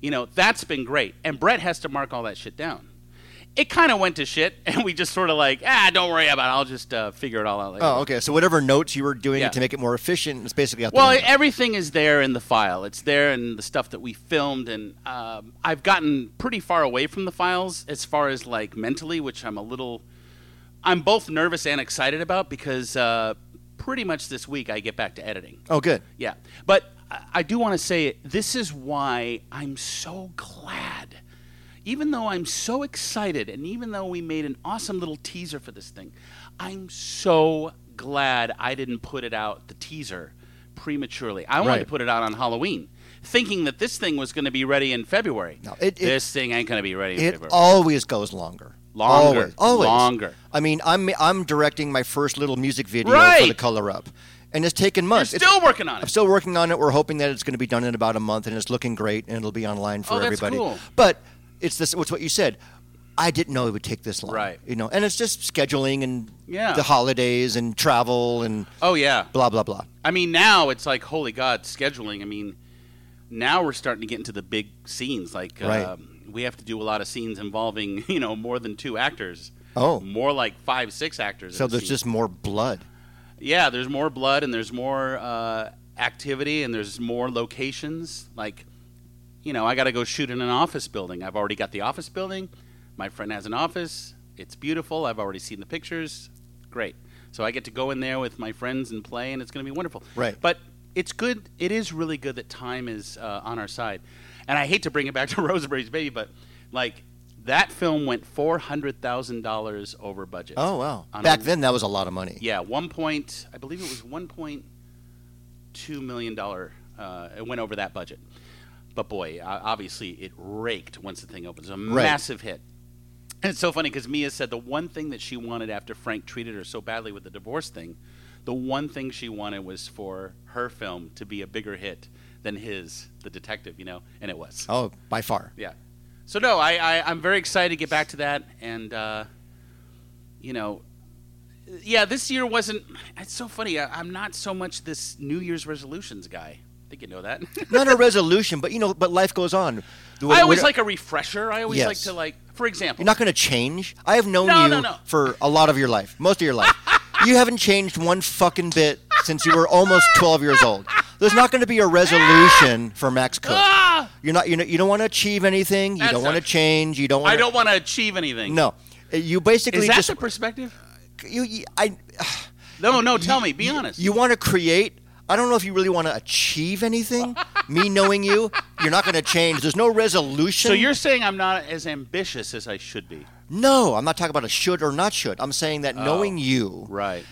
Speaker 3: You know, that's been great. And Brett has to mark all that shit down. It kind of went to shit, and we just sort of like, ah, don't worry about it. I'll just uh, figure it all out later.
Speaker 2: oh, okay. So whatever notes you were doing
Speaker 3: Yeah.
Speaker 2: to make it more efficient, it's basically out the
Speaker 3: Well,
Speaker 2: window.
Speaker 3: everything is there in the file. It's there in the stuff that we filmed, and um, I've gotten pretty far away from the files as far as like mentally, which I'm a little, I'm both nervous and excited about because uh, pretty much this week I get back to editing.
Speaker 2: Oh, good.
Speaker 3: Yeah. But I, I do want to say this is why I'm so glad. Even though I'm so excited, and even though we made an awesome little teaser for this thing, I'm so glad I didn't put it out, the teaser, prematurely. I wanted to
Speaker 2: Right.
Speaker 3: put it out on Halloween, thinking that this thing was going to be ready in February.
Speaker 2: No, it- it-
Speaker 3: this thing ain't going to be ready in
Speaker 2: It
Speaker 3: February.
Speaker 2: always goes longer.
Speaker 3: Longer.
Speaker 2: Always. Always.
Speaker 3: Longer.
Speaker 2: I mean, I'm I'm directing my first little music video for the
Speaker 3: Right.
Speaker 2: color up, and it's taken
Speaker 3: You're
Speaker 2: months. It's-
Speaker 3: still working on
Speaker 2: I'm
Speaker 3: it.
Speaker 2: still working on it. We're hoping that it's going to be done in about a month, and it's looking great, and it'll be online for
Speaker 3: Oh, that's
Speaker 2: everybody.
Speaker 3: cool.
Speaker 2: But it's this. It's what you said. I didn't know it would take this long.
Speaker 3: Right.
Speaker 2: You know, and it's just scheduling and
Speaker 3: Yeah.
Speaker 2: the holidays and travel and
Speaker 3: Oh yeah.
Speaker 2: blah blah blah.
Speaker 3: I mean, now it's like, holy God, scheduling. I mean, now we're starting to get into the big scenes. Like,
Speaker 2: Right.
Speaker 3: um, we have to do a lot of scenes involving, you know, more than two actors.
Speaker 2: Oh.
Speaker 3: More like five, six actors. in
Speaker 2: So
Speaker 3: a
Speaker 2: there's
Speaker 3: scene.
Speaker 2: just more blood.
Speaker 3: Yeah, there's more blood and there's more uh, activity and there's more locations. Like, you know, I got to go shoot in an office building. I've already got the office building. My friend has an office. It's beautiful. I've already seen the pictures. Great. So I get to go in there with my friends and play, and it's going to be wonderful.
Speaker 2: Right.
Speaker 3: But it's good. It is really good that time is uh, on our side. And I hate to bring it back to Rosemary's Baby, but like that film went four hundred thousand dollars over budget.
Speaker 2: Oh wow.
Speaker 3: On a-
Speaker 2: Back then, that was a lot of money.
Speaker 3: yeah, one point. I believe it was one point two million dollar. Uh, it went over that budget, but boy, o- obviously it raked once the thing opened. It was a massive hit, and it's so funny because Mia said the one thing that she wanted after Frank treated her so badly with the divorce thing, the one thing she wanted was for her film to be a bigger hit than his, the detective, you know, and it was.
Speaker 2: Oh, by far.
Speaker 3: Yeah. So no, I, I I'm very excited to get back to that, and uh, you know, yeah, this year wasn't. It's so funny. I, I'm not so much this New Year's resolutions guy. I think you know that.
Speaker 2: Not a resolution, but you know, but life goes on. The-
Speaker 3: I always
Speaker 2: we-
Speaker 3: like a refresher. I always
Speaker 2: Yes.
Speaker 3: like to like, for example,
Speaker 2: You're not going to change. I have known
Speaker 3: No,
Speaker 2: you
Speaker 3: no, no.
Speaker 2: for a lot of your life, most of your life. you haven't changed one fucking bit since you were almost 12 years old. There's not going to be a resolution for Max Cook.
Speaker 3: Ah!
Speaker 2: You're not. You know. You don't want to achieve anything. You
Speaker 3: That's
Speaker 2: don't want to
Speaker 3: not-
Speaker 2: change. You don't. want
Speaker 3: I don't want to achieve anything.
Speaker 2: No. You basically
Speaker 3: Is that
Speaker 2: just.
Speaker 3: the perspective?
Speaker 2: you, you, I.
Speaker 3: No, no. Tell me. Be honest.
Speaker 2: You want to create. I don't know if you really want to achieve anything. Me knowing you, you're not going to change. There's no resolution.
Speaker 3: so you're saying I'm not as ambitious as I should be.
Speaker 2: No, I'm not talking about a should or not should. I'm saying that knowing
Speaker 3: Oh.
Speaker 2: you,
Speaker 3: Right.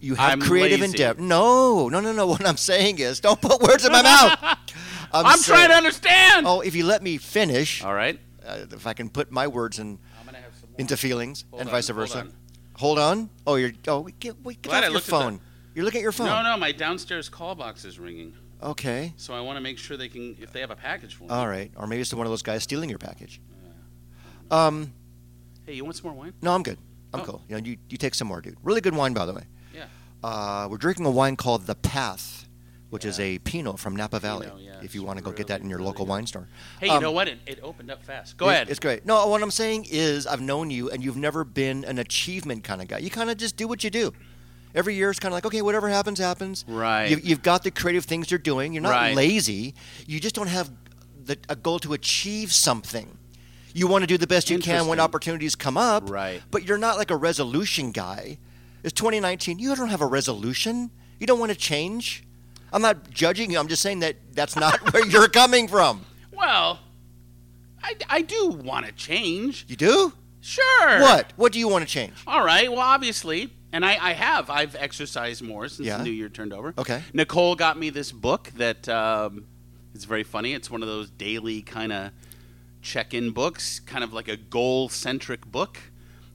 Speaker 2: You have
Speaker 3: I'm
Speaker 2: creative
Speaker 3: lazy.
Speaker 2: endeavor. No, no, no, no. What I'm saying is, don't put words in my mouth.
Speaker 3: I'm, trying to understand.
Speaker 2: Oh, if you let me finish,
Speaker 3: All right.
Speaker 2: uh, if I can put my words in,
Speaker 3: I'm gonna have some more.
Speaker 2: into feelings
Speaker 3: Hold
Speaker 2: and
Speaker 3: on,
Speaker 2: vice
Speaker 3: hold
Speaker 2: versa.
Speaker 3: on.
Speaker 2: Hold on. Oh, you're. Oh, we get, we get
Speaker 3: Glad
Speaker 2: off
Speaker 3: I
Speaker 2: your
Speaker 3: looked at that.
Speaker 2: phone. You're looking at your phone.
Speaker 3: No, no. My downstairs call box is ringing.
Speaker 2: Okay.
Speaker 3: So I want to make sure they can, if they have a package for me.
Speaker 2: All right. Or maybe it's one of those guys stealing your package. Um.
Speaker 3: Hey, you want some more wine?
Speaker 2: No, I'm good. I'm
Speaker 3: Oh.
Speaker 2: cool. You know, you, you take some more, dude. Really good wine, by the way.
Speaker 3: Yeah.
Speaker 2: Uh, we're drinking a wine called The Path, which is
Speaker 3: Yeah.
Speaker 2: a Pinot from Napa Valley.
Speaker 3: yeah,
Speaker 2: if you
Speaker 3: it's
Speaker 2: want to go get that in your
Speaker 3: really,
Speaker 2: local
Speaker 3: really
Speaker 2: wine store.
Speaker 3: Hey, you
Speaker 2: Um,
Speaker 3: know what? It, it opened up fast. Go
Speaker 2: It-
Speaker 3: ahead.
Speaker 2: It's great. No, what I'm saying is I've known you and you've never been an achievement kind of guy. You kind of just do what you do. Every year it's kind of like, okay, whatever happens, happens.
Speaker 3: Right.
Speaker 2: You, you've got the creative things you're doing. You're not
Speaker 3: Right.
Speaker 2: lazy. You just don't have the, a goal to achieve something. You want to do the best you can when
Speaker 3: Interesting.
Speaker 2: opportunities come up.
Speaker 3: Right.
Speaker 2: But you're not like a resolution guy. It's 2019. You don't have a resolution. You don't want to change. I'm not judging you. I'm just saying that that's not where you're coming from.
Speaker 3: well, I, I do want to change.
Speaker 2: You do?
Speaker 3: Sure.
Speaker 2: What? What do you want to change?
Speaker 3: All right. Well, obviously, and I, I have. I've exercised more since
Speaker 2: Yeah.
Speaker 3: the new year turned over.
Speaker 2: Okay.
Speaker 3: Nicole got me this book that um, it's very funny. It's one of those daily kind of check-in books, kind of like a goal-centric book.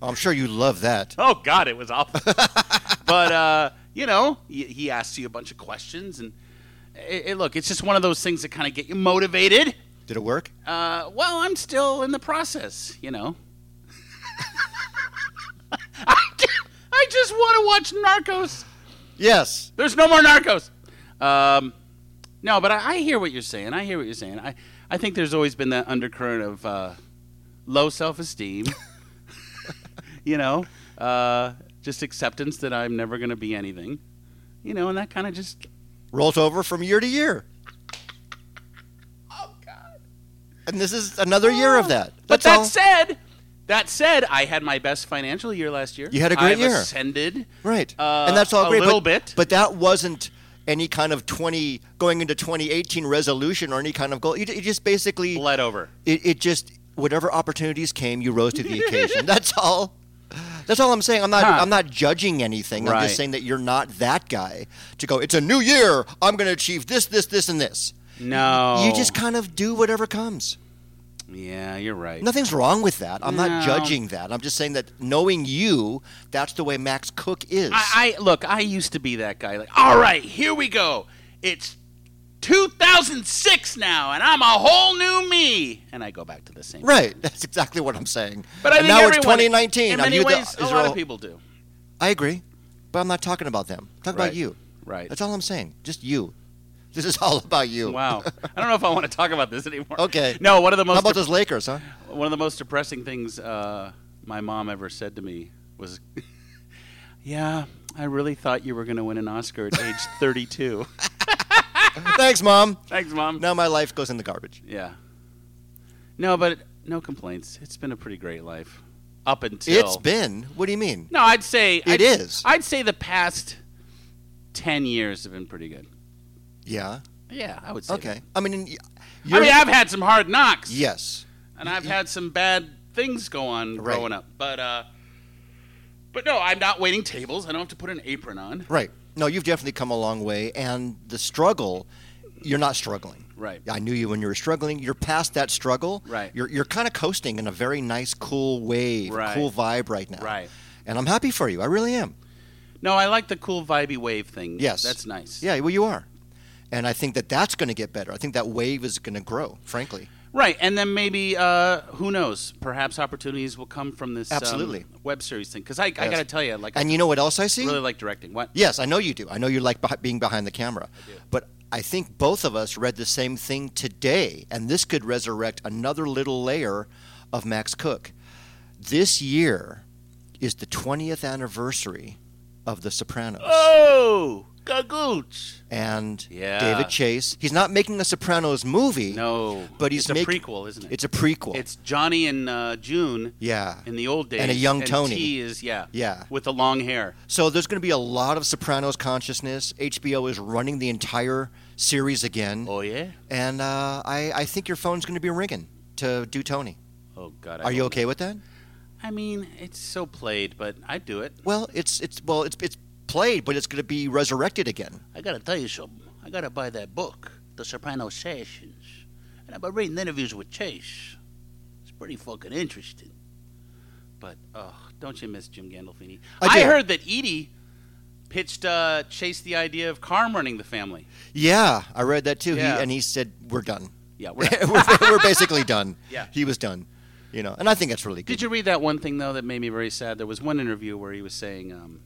Speaker 2: I'm sure you love that.
Speaker 3: Oh God, it was awful. but uh, you know, he, he asks you a bunch of questions, and it, it- look, it's just one of those things that kind of get you motivated.
Speaker 2: Did it work?
Speaker 3: Uh, well, I'm still in the process, you know. I, ju- I just want to watch Narcos.
Speaker 2: Yes.
Speaker 3: There's no more Narcos. Um, no, but I, I hear what you're saying. I hear what you're saying. I, I think there's always been that undercurrent of uh, low self esteem, you know, uh, just acceptance that I'm never going to be anything, you know, and that kind of just.
Speaker 2: Rolls over from year to year.
Speaker 3: Oh, God. Oh,
Speaker 2: And this is another year of that.
Speaker 3: But
Speaker 2: That's
Speaker 3: that
Speaker 2: all.
Speaker 3: said, That said, I had my best financial year last year.
Speaker 2: You had a great
Speaker 3: I've
Speaker 2: year.
Speaker 3: Ascended,
Speaker 2: Right.
Speaker 3: uh,
Speaker 2: and that's all
Speaker 3: a
Speaker 2: great.
Speaker 3: little
Speaker 2: but,
Speaker 3: bit.
Speaker 2: But that wasn't any kind of 20 going into 2018 resolution or any kind of goal. You, you just basically,
Speaker 3: bled over.
Speaker 2: it, it just, whatever opportunities came, you rose to the occasion. That's all. That's all I'm saying. I'm not.
Speaker 3: Huh.
Speaker 2: I'm not judging anything. I'm
Speaker 3: Right.
Speaker 2: just saying that you're not that guy to go. It's a new year. I'm going to achieve this, this, this, and this.
Speaker 3: No,
Speaker 2: You just kind of do whatever comes.
Speaker 3: yeah, you're right.
Speaker 2: Nothing's wrong with that. I'm
Speaker 3: No.
Speaker 2: not judging that. I'm just saying that knowing you, that's the way Max Cook is.
Speaker 3: I, I look. I used to be that guy. Like, all right, here we go. It's 2006 now, and I'm a whole new me. And I go back to the same.
Speaker 2: Right. That's exactly what I'm saying.
Speaker 3: But I
Speaker 2: And
Speaker 3: think
Speaker 2: now it's
Speaker 3: everyone-
Speaker 2: 2019.
Speaker 3: In
Speaker 2: I'm
Speaker 3: many
Speaker 2: you the-
Speaker 3: ways, a lot
Speaker 2: Israel-
Speaker 3: of people do.
Speaker 2: I agree, but I'm not talking about them. I'm talking
Speaker 3: Right.
Speaker 2: about you.
Speaker 3: Right.
Speaker 2: That's all I'm saying. Just you. This is all about you.
Speaker 3: Wow. I don't know if I want to talk about this anymore.
Speaker 2: Okay.
Speaker 3: No, one of the most
Speaker 2: How about those Lakers, huh?
Speaker 3: One of the most depressing things uh, my mom ever said to me was, "Yeah, I really thought you were going to win an Oscar at age 32."
Speaker 2: Thanks, mom.
Speaker 3: Thanks, mom.
Speaker 2: Now my life goes in the garbage.
Speaker 3: Yeah. No, but no complaints. It's been a pretty great life up until
Speaker 2: It's been. What do you mean?
Speaker 3: No, I'd say
Speaker 2: It
Speaker 3: I'd,
Speaker 2: is.
Speaker 3: I'd say the past 10 years have been pretty good.
Speaker 2: Yeah.
Speaker 3: Yeah, I would say.
Speaker 2: Okay. I mean, y-
Speaker 3: that. I
Speaker 2: you're,
Speaker 3: mean, I've had some hard knocks.
Speaker 2: yes.
Speaker 3: and I've had some bad things go on
Speaker 2: Right.
Speaker 3: growing up. But uh, but no, I'm not waiting tables. I don't have to put an apron on.
Speaker 2: Right. No, you've definitely come a long way, and the struggle, you're not struggling.
Speaker 3: Right.
Speaker 2: I knew you when you were struggling. You're past that struggle.
Speaker 3: Right.
Speaker 2: You're, you're kind of coasting in a very nice, cool wave,
Speaker 3: Right.
Speaker 2: cool vibe right now.
Speaker 3: Right.
Speaker 2: And I'm happy for you. I really am.
Speaker 3: No, I like the cool vibey wave thing.
Speaker 2: Yes.
Speaker 3: that's nice.
Speaker 2: Yeah, well, you are. And I think that that's going to get better. I think that wave is going to grow, frankly.
Speaker 3: right. And then maybe uh, who knows? Perhaps opportunities will come from this um,
Speaker 2: Absolutely.
Speaker 3: web series thing. Because I, I got to tell you, like,
Speaker 2: And
Speaker 3: I
Speaker 2: you know what else I see?
Speaker 3: really like directing. What?
Speaker 2: Yes, I know you do. I know you like beh- being behind the camera. But I think both of us read the same thing today, and this could resurrect another little layer of Max Cook. This year is the 20th anniversary of The Sopranos.
Speaker 3: Oh, Gagooch.
Speaker 2: And
Speaker 3: Yeah.
Speaker 2: David Chase, he's not making a Sopranos movie.
Speaker 3: No,
Speaker 2: But he's
Speaker 3: it's a
Speaker 2: make-
Speaker 3: prequel, isn't it?
Speaker 2: It's a prequel.
Speaker 3: It's Johnny and uh, June
Speaker 2: yeah.
Speaker 3: in the old days,
Speaker 2: And a young Tony.
Speaker 3: T is yeah,
Speaker 2: Yeah.
Speaker 3: with the long hair.
Speaker 2: So there's going to be a lot of Sopranos consciousness. HBO is running the entire series again.
Speaker 3: Oh yeah.
Speaker 2: And uh, I, I think your phone's going to be ringing to do Tony.
Speaker 3: Oh God. I
Speaker 2: Are you
Speaker 3: hope
Speaker 2: okay with that?
Speaker 3: I mean, it's so played, but I'd do it.
Speaker 2: Well, it's it's well, it's it's played, but it's going to be resurrected again.
Speaker 3: I gotta tell you something. I gotta buy that book, The Soprano Sessions. And I've been reading interviews with Chase. It's pretty fucking interesting. But, oh, don't you miss Jim Gandolfini?
Speaker 2: I
Speaker 3: I,
Speaker 2: do.
Speaker 3: heard that Edie pitched uh, Chase the idea of Carm running the family.
Speaker 2: Yeah, I read that too.
Speaker 3: Yeah.
Speaker 2: He, and he said we're done.
Speaker 3: Yeah. we're-
Speaker 2: we're, we're basically done.
Speaker 3: Yeah.
Speaker 2: he was done. You know, and I think that's really good.
Speaker 3: Did you read that one thing though that made me very sad? There was one interview where he was saying, um,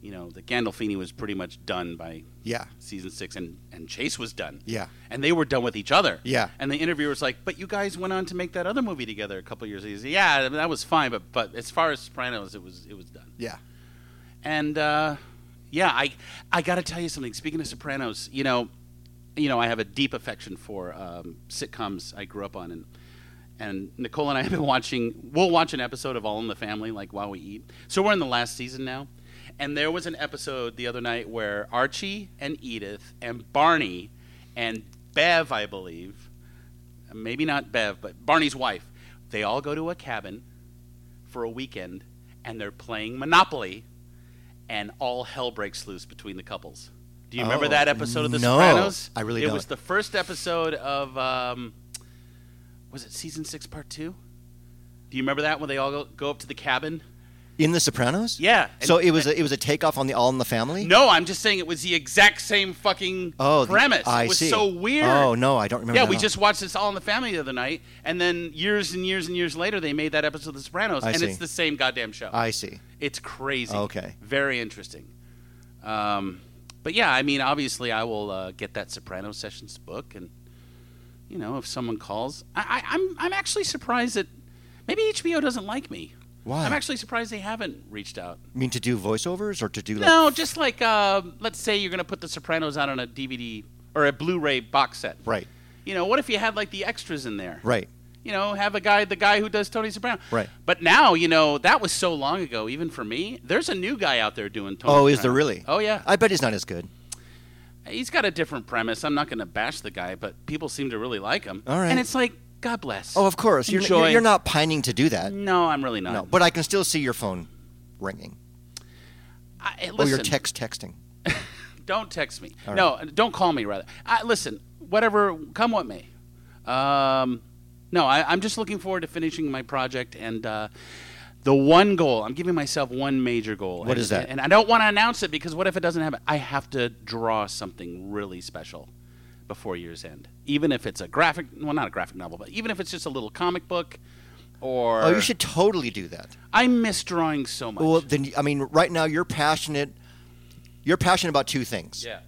Speaker 3: you know, that Gandolfini was pretty much done by
Speaker 2: Yeah,
Speaker 3: season six, and, and Chase was done.
Speaker 2: yeah,
Speaker 3: and they were done with each other.
Speaker 2: Yeah.
Speaker 3: And the interviewer was like, "But you guys went on to make that other movie together a couple years." He said, yeah, I mean, that was fine, but but as far as Sopranos, it was it was done.
Speaker 2: yeah.
Speaker 3: And uh, yeah, I I got to tell you something. Speaking of Sopranos, you know, you know, I have a deep affection for um, sitcoms I grew up on, and and Nicole and I have been watching. We'll watch an episode of All in the Family like while we eat. So we're in the last season now. And there was an episode the other night where Archie and Edith and Barney and Bev, I believe, maybe not Bev, but Barney's wife, they all go to a cabin for a weekend and they're playing Monopoly and all hell breaks loose between the couples. Do you remember
Speaker 2: Oh,
Speaker 3: that episode of The
Speaker 2: no.
Speaker 3: Sopranos?
Speaker 2: I really
Speaker 3: It
Speaker 2: don't.
Speaker 3: was the first episode of um, was it season six, part two? Do you remember that when they all go, go up to the cabin?
Speaker 2: In the Sopranos.
Speaker 3: Yeah. and-
Speaker 2: So it was a, it was a takeoff on the All in the Family.
Speaker 3: no, I'm just saying it was the exact same fucking
Speaker 2: Oh, the-
Speaker 3: premise.
Speaker 2: I
Speaker 3: it was
Speaker 2: see.
Speaker 3: so weird.
Speaker 2: Oh no, I don't remember.
Speaker 3: yeah,
Speaker 2: that
Speaker 3: we
Speaker 2: at all.
Speaker 3: just watched this all in the family the other night, and then years and years and years later, they made that episode of The Sopranos,
Speaker 2: I
Speaker 3: and
Speaker 2: see.
Speaker 3: it's the same goddamn show.
Speaker 2: I see.
Speaker 3: It's crazy.
Speaker 2: Okay.
Speaker 3: Very interesting. Um, but yeah, I mean, obviously, I will uh, get that Soprano Sessions book, and you know, if someone calls, I, I, I'm I'm actually surprised that maybe HBO doesn't like me.
Speaker 2: Why?
Speaker 3: I'm actually surprised they haven't reached out.
Speaker 2: You mean to do voiceovers or to do like
Speaker 3: No, just like uh, let's say you're gonna put the Sopranos out on a DVD or a Blu-ray box set.
Speaker 2: right,
Speaker 3: You know, what if you had like the extras in there?
Speaker 2: right.
Speaker 3: you know, have a guy, the guy who does Tony Soprano.
Speaker 2: Right.
Speaker 3: But now, you know, that was so long ago, even for me. There's a new guy out there doing Tony.
Speaker 2: Oh, is there
Speaker 3: Soprano.
Speaker 2: really?
Speaker 3: Oh yeah.
Speaker 2: I bet he's not as good.
Speaker 3: He's got a different premise. I'm not going to bash the guy, but people seem to really like him.
Speaker 2: All right.
Speaker 3: And it's like, God bless.
Speaker 2: Oh, of course. You're,
Speaker 3: Enjoy.
Speaker 2: you're, you're not pining to do that.
Speaker 3: No, I'm really not.
Speaker 2: No, but I can still see your phone ringing
Speaker 3: I, listen,
Speaker 2: or your text texting.
Speaker 3: Don't text me.
Speaker 2: All
Speaker 3: No, don't call me. Rather, I, listen. Whatever, come what may. Um, no, I, I'm just looking forward to finishing my project and uh, the one goal. I'm giving myself one major goal.
Speaker 2: What
Speaker 3: and,
Speaker 2: is that?
Speaker 3: And I don't want to announce it because what if it doesn't happen? I have to draw something really special before year's end, even if it's a graphic. Well, not a graphic novel, but even if it's just a little comic book. Or
Speaker 2: Oh, you should totally do that.
Speaker 3: I miss drawing so much.
Speaker 2: Well, then I mean, right now you're passionate. You're passionate about two things:
Speaker 3: yeah.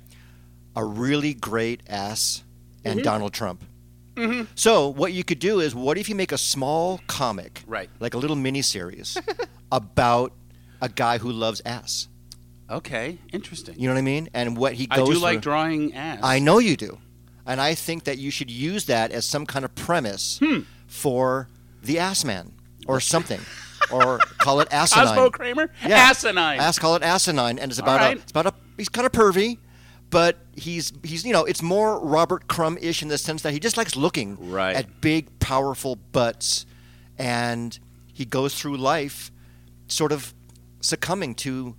Speaker 2: a really great ass and Donald Trump.
Speaker 3: Mm-hmm.
Speaker 2: So what you could do is, what if you make a small comic,
Speaker 3: Right.
Speaker 2: Like a little mini series about a guy who loves ass.
Speaker 3: Okay. Interesting.
Speaker 2: You know what I mean? And what he
Speaker 3: I
Speaker 2: goes.
Speaker 3: do like
Speaker 2: through.
Speaker 3: drawing ass.
Speaker 2: I know you do, and I think that you should use that as some kind of premise
Speaker 3: Hmm.
Speaker 2: for the ass man or something, or call it asinine.
Speaker 3: Cosmo Kramer?
Speaker 2: Yeah.
Speaker 3: Asinine.
Speaker 2: Ask call it asinine, and it's about
Speaker 3: right.
Speaker 2: a it's about a he's kind of pervy, but he's he's you know it's more Robert Crumb ish in the sense that he just likes looking
Speaker 3: Right.
Speaker 2: at big powerful butts, and he goes through life sort of succumbing to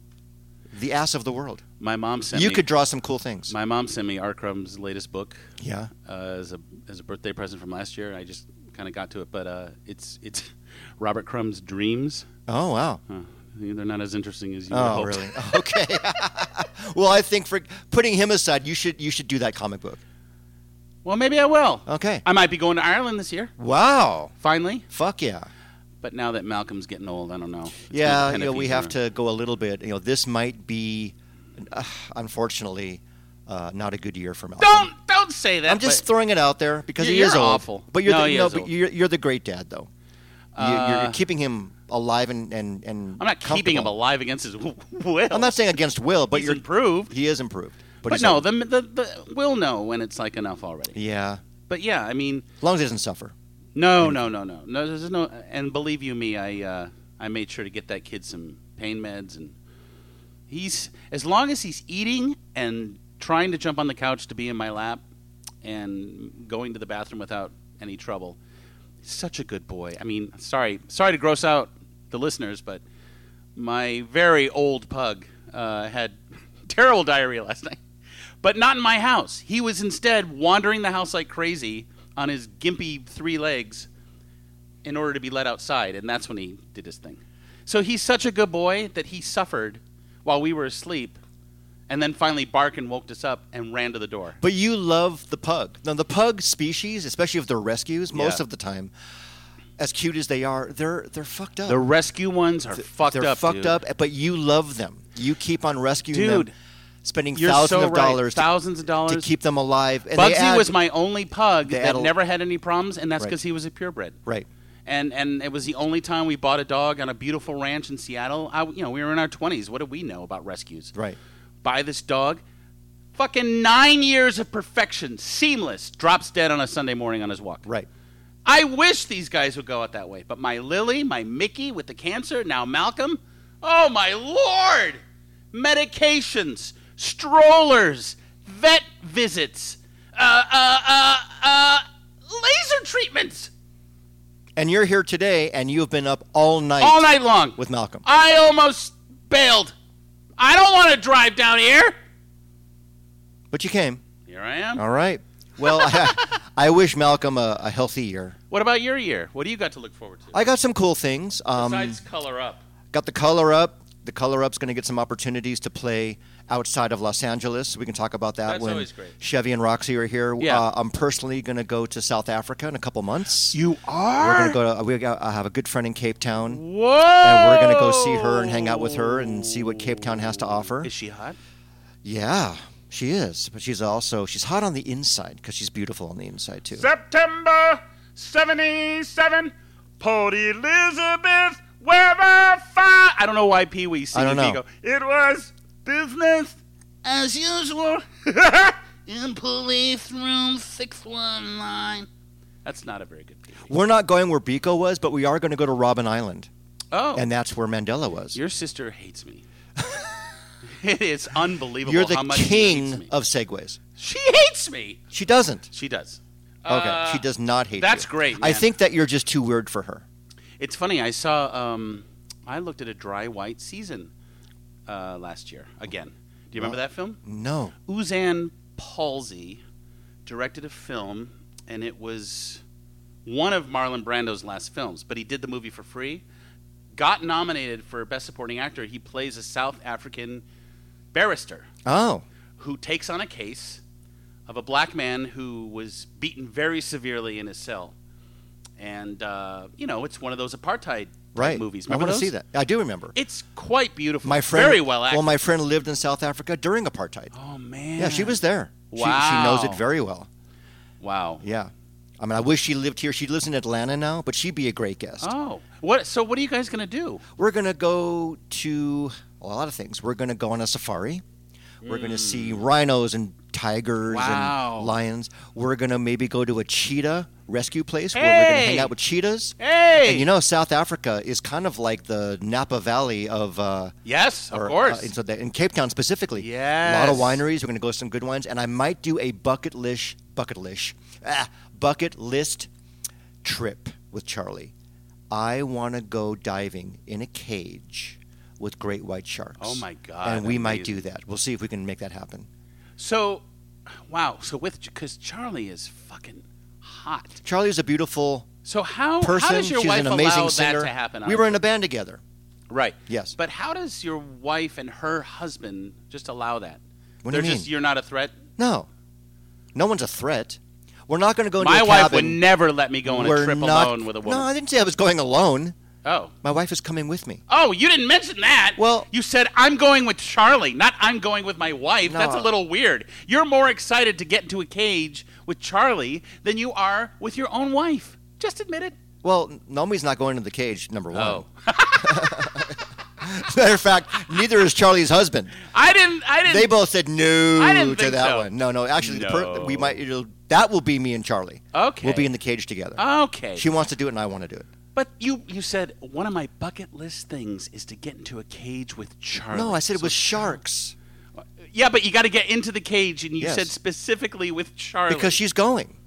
Speaker 2: the ass of the world.
Speaker 3: my mom sent
Speaker 2: you
Speaker 3: me,
Speaker 2: could draw some cool things.
Speaker 3: My mom sent me Art Crumb's latest book
Speaker 2: yeah.
Speaker 3: uh, as a as a birthday present from last year. I just kind of got to it, but uh, it's it's Robert Crumb's dreams.
Speaker 2: Oh wow.
Speaker 3: Huh. They're not as interesting as you would
Speaker 2: Oh
Speaker 3: hoped.
Speaker 2: really? Okay. well, I think for putting him aside, you should you should do that comic book.
Speaker 3: Well, maybe I will.
Speaker 2: Okay.
Speaker 3: I might be going to Ireland this year,
Speaker 2: Wow.
Speaker 3: finally.
Speaker 2: Fuck yeah.
Speaker 3: But now that Malcolm's getting old, I don't know. It's gonna
Speaker 2: yeah, you
Speaker 3: depend
Speaker 2: know,
Speaker 3: if
Speaker 2: we
Speaker 3: he's
Speaker 2: have
Speaker 3: around.
Speaker 2: to go a little bit. You know, this might be, uh, unfortunately, uh, not a good year for Malcolm.
Speaker 3: Don't don't say that.
Speaker 2: I'm just
Speaker 3: but-
Speaker 2: throwing it out there because he
Speaker 3: You're
Speaker 2: is old.
Speaker 3: awful.
Speaker 2: But you're
Speaker 3: No,
Speaker 2: the,
Speaker 3: he
Speaker 2: you know,
Speaker 3: is
Speaker 2: but
Speaker 3: old.
Speaker 2: you're, you're the great dad though. You, you're,
Speaker 3: Uh,
Speaker 2: you're keeping him alive and and, and
Speaker 3: I'm not keeping him
Speaker 2: comfortable.
Speaker 3: alive against his will.
Speaker 2: I'm not saying against will, but
Speaker 3: he's
Speaker 2: you're
Speaker 3: improved.
Speaker 2: he is improved. But,
Speaker 3: But,
Speaker 2: he's
Speaker 3: no,
Speaker 2: old.
Speaker 3: the, the the we'll know when it's like enough already.
Speaker 2: yeah,
Speaker 3: But yeah, I mean,
Speaker 2: as long as he doesn't suffer.
Speaker 3: no, no, no, no, no. There's no, and believe you me, I uh, I made sure to get that kid some pain meds, and he's as long as he's eating and trying to jump on the couch to be in my lap and going to the bathroom without any trouble. He's such a good boy. I mean, sorry, sorry to gross out the listeners, but my very old pug uh, had terrible diarrhea last night, but not in my house. He was instead wandering the house like crazy on his gimpy three legs in order to be let outside, and that's when he did his thing. So he's such a good boy that he suffered while we were asleep, and then finally barked and woke us up and ran to the door.
Speaker 2: But you love the pug. Now, the pug species, especially if they're rescues, most
Speaker 3: Yeah.
Speaker 2: of the time, as cute as they are, they're they're fucked up.
Speaker 3: The rescue ones are fucked
Speaker 2: they're
Speaker 3: up.
Speaker 2: fucked
Speaker 3: dude.
Speaker 2: up, but you love them. You keep on rescuing
Speaker 3: Dude.
Speaker 2: them, spending
Speaker 3: You're
Speaker 2: thousands
Speaker 3: so
Speaker 2: of
Speaker 3: right.
Speaker 2: dollars, to-
Speaker 3: Thousands of
Speaker 2: to,
Speaker 3: dollars
Speaker 2: keep them alive. And they
Speaker 3: Bugsy
Speaker 2: add-
Speaker 3: was my only pug
Speaker 2: they
Speaker 3: that
Speaker 2: add a-
Speaker 3: never had any problems, and that's
Speaker 2: Right.
Speaker 3: because he was a purebred.
Speaker 2: right.
Speaker 3: And and it was the only time we bought a dog on a beautiful ranch in Seattle. I, you know, we were in our twenties. What do we know about rescues?
Speaker 2: Right.
Speaker 3: Buy this dog. Fucking nine years of perfection, seamless. Drops dead on a Sunday morning on his walk.
Speaker 2: Right.
Speaker 3: I wish these guys would go out that way. But my Lily, my Mickey with the cancer, now Malcolm. Oh my lord! Medications, strollers, vet visits, uh, uh, uh, uh, laser treatments
Speaker 2: And you're here today, and you have been up all night,
Speaker 3: all night long.
Speaker 2: with Malcolm.
Speaker 3: I almost bailed. I don't want to drive down here.
Speaker 2: But you came.
Speaker 3: Here I am.
Speaker 2: All right. Well, I, I wish Malcolm a, a healthy year.
Speaker 3: What about your year? What do you got to look forward to?
Speaker 2: I got some cool things. Um,
Speaker 3: Besides color up.
Speaker 2: Got the color up. The color up's going to get some opportunities to play outside of Los Angeles. We can talk about that
Speaker 3: That's
Speaker 2: when
Speaker 3: always great.
Speaker 2: Chevy and Roxy are here.
Speaker 3: Yeah.
Speaker 2: Uh, I'm personally going to go to South Africa in a couple months.
Speaker 3: You are.
Speaker 2: we're going to go to. We got, I have a good friend in Cape Town,
Speaker 3: Whoa!
Speaker 2: and we're going to go see her and hang out with her and see what Cape Town has to offer.
Speaker 3: Is she hot?
Speaker 2: Yeah, she is, but she's also she's hot on the inside because she's beautiful on the inside too.
Speaker 1: September 77, Port Elizabeth, where the fuck?
Speaker 3: I don't know why Pee Wee
Speaker 2: I
Speaker 3: singing
Speaker 2: don't know.
Speaker 3: Vigo.
Speaker 1: It was business as usual.
Speaker 4: in police room 619.
Speaker 3: That's not a very good PhD.
Speaker 2: We're not going where Biko was, but we are going to go to Robben Island,
Speaker 3: Oh,
Speaker 2: and that's where Mandela was.
Speaker 3: your sister hates me. it is unbelievable
Speaker 2: You're
Speaker 3: how
Speaker 2: the
Speaker 3: much she hates
Speaker 2: king
Speaker 3: me.
Speaker 2: of segues.
Speaker 3: she hates me.
Speaker 2: She doesn't.
Speaker 3: She does.
Speaker 2: Okay,
Speaker 3: Uh,
Speaker 2: she does not hate
Speaker 3: that's
Speaker 2: you.
Speaker 3: great,
Speaker 2: I
Speaker 3: man.
Speaker 2: think that you're just too weird for her.
Speaker 3: It's funny. I saw. Um, I looked at a dry white season uh, last year again. Do you remember that film?
Speaker 2: No.
Speaker 3: Uzan Palsy directed a film, and it was one of Marlon Brando's last films, but he did the movie for free. Got nominated for Best Supporting Actor. He plays a South African barrister
Speaker 2: Oh,
Speaker 3: who takes on a case of a black man who was beaten very severely in his cell. And, uh, you know, it's one of those apartheid
Speaker 2: right.
Speaker 3: movies.
Speaker 2: I
Speaker 3: Remember
Speaker 2: want to
Speaker 3: those?
Speaker 2: see that. I do remember.
Speaker 3: It's quite beautiful.
Speaker 2: my friend.
Speaker 3: Very well acted.
Speaker 2: Well, my friend lived in South Africa during apartheid.
Speaker 3: oh, man.
Speaker 2: Yeah, she was there. She- She, knows
Speaker 3: Wow.
Speaker 2: it very well.
Speaker 3: Wow.
Speaker 2: Yeah. I mean, I wish she lived here. She lives in Atlanta now, but she'd be a great guest.
Speaker 3: Oh, what? So what are you guys gonna do?
Speaker 2: We're going to go to a lot of things. We're going to go on a safari. We're going to see rhinos and tigers
Speaker 3: Mm. Wow.
Speaker 2: and lions. We're going to maybe go to a cheetah rescue place where we're going to
Speaker 3: Hey!
Speaker 2: hang out with cheetahs.
Speaker 3: Hey,
Speaker 2: And you know, South Africa is kind of like the Napa Valley of. Uh,
Speaker 3: yes, of
Speaker 2: or,
Speaker 3: course.
Speaker 2: Uh, in, so that- in Cape Town specifically. A lot
Speaker 3: Yes.
Speaker 2: of wineries. We're going to go to some good wines. And I might do a bucket list, bucket list, ah, bucket list trip with Charlie. I want to go diving in a cage with great white sharks.
Speaker 3: Oh my God,
Speaker 2: And we might do
Speaker 3: amazing.
Speaker 2: that. We'll see if we can make that happen.
Speaker 3: so, wow. So with because Charlie is fucking hot.
Speaker 2: Charlie is a beautiful
Speaker 3: So how
Speaker 2: person.
Speaker 3: how does your
Speaker 2: She's
Speaker 3: wife
Speaker 2: an amazing
Speaker 3: allow
Speaker 2: singer.
Speaker 3: that to happen?
Speaker 2: we were in a band together.
Speaker 3: right.
Speaker 2: Yes.
Speaker 3: But how does your wife and her husband just allow that?
Speaker 2: What do
Speaker 3: They're
Speaker 2: you
Speaker 3: just
Speaker 2: mean?
Speaker 3: you're not a threat.
Speaker 2: No, no one's a threat. We're not going to go into
Speaker 3: My
Speaker 2: a
Speaker 3: wife
Speaker 2: cabin.
Speaker 3: would never let me go on
Speaker 2: We're
Speaker 3: a trip
Speaker 2: not-
Speaker 3: alone with a
Speaker 2: No, I
Speaker 3: woman.
Speaker 2: didn't say I was going alone.
Speaker 3: oh.
Speaker 2: My wife is coming with me.
Speaker 3: Oh, you didn't mention that.
Speaker 2: Well-
Speaker 3: you said I'm going with Charlie, not I'm going with my wife.
Speaker 2: No,
Speaker 3: That's a
Speaker 2: I-
Speaker 3: little weird. You're more excited to get into a cage with Charlie than you are with your own wife. Just admit it.
Speaker 2: Well, Nomi's not going to the cage, number one.
Speaker 3: Oh.
Speaker 2: Matter of fact, neither is Charlie's husband.
Speaker 3: I didn't. I didn't.
Speaker 2: They both said no
Speaker 3: I
Speaker 2: to
Speaker 3: didn't think
Speaker 2: that
Speaker 3: so.
Speaker 2: one. No, no. Actually, the per- we
Speaker 3: No.
Speaker 2: might. It'll, that will be me and Charlie.
Speaker 3: Okay.
Speaker 2: We'll be in the cage together.
Speaker 3: okay.
Speaker 2: She wants to do it, and I want to do it.
Speaker 3: but you you said one of my bucket list things is to get into a cage with Charlie.
Speaker 2: No, I said it
Speaker 3: So-
Speaker 2: was sharks
Speaker 3: Yeah, but you got to get into the cage, and you
Speaker 2: Yes.
Speaker 3: said specifically with Charlie
Speaker 2: because she's going.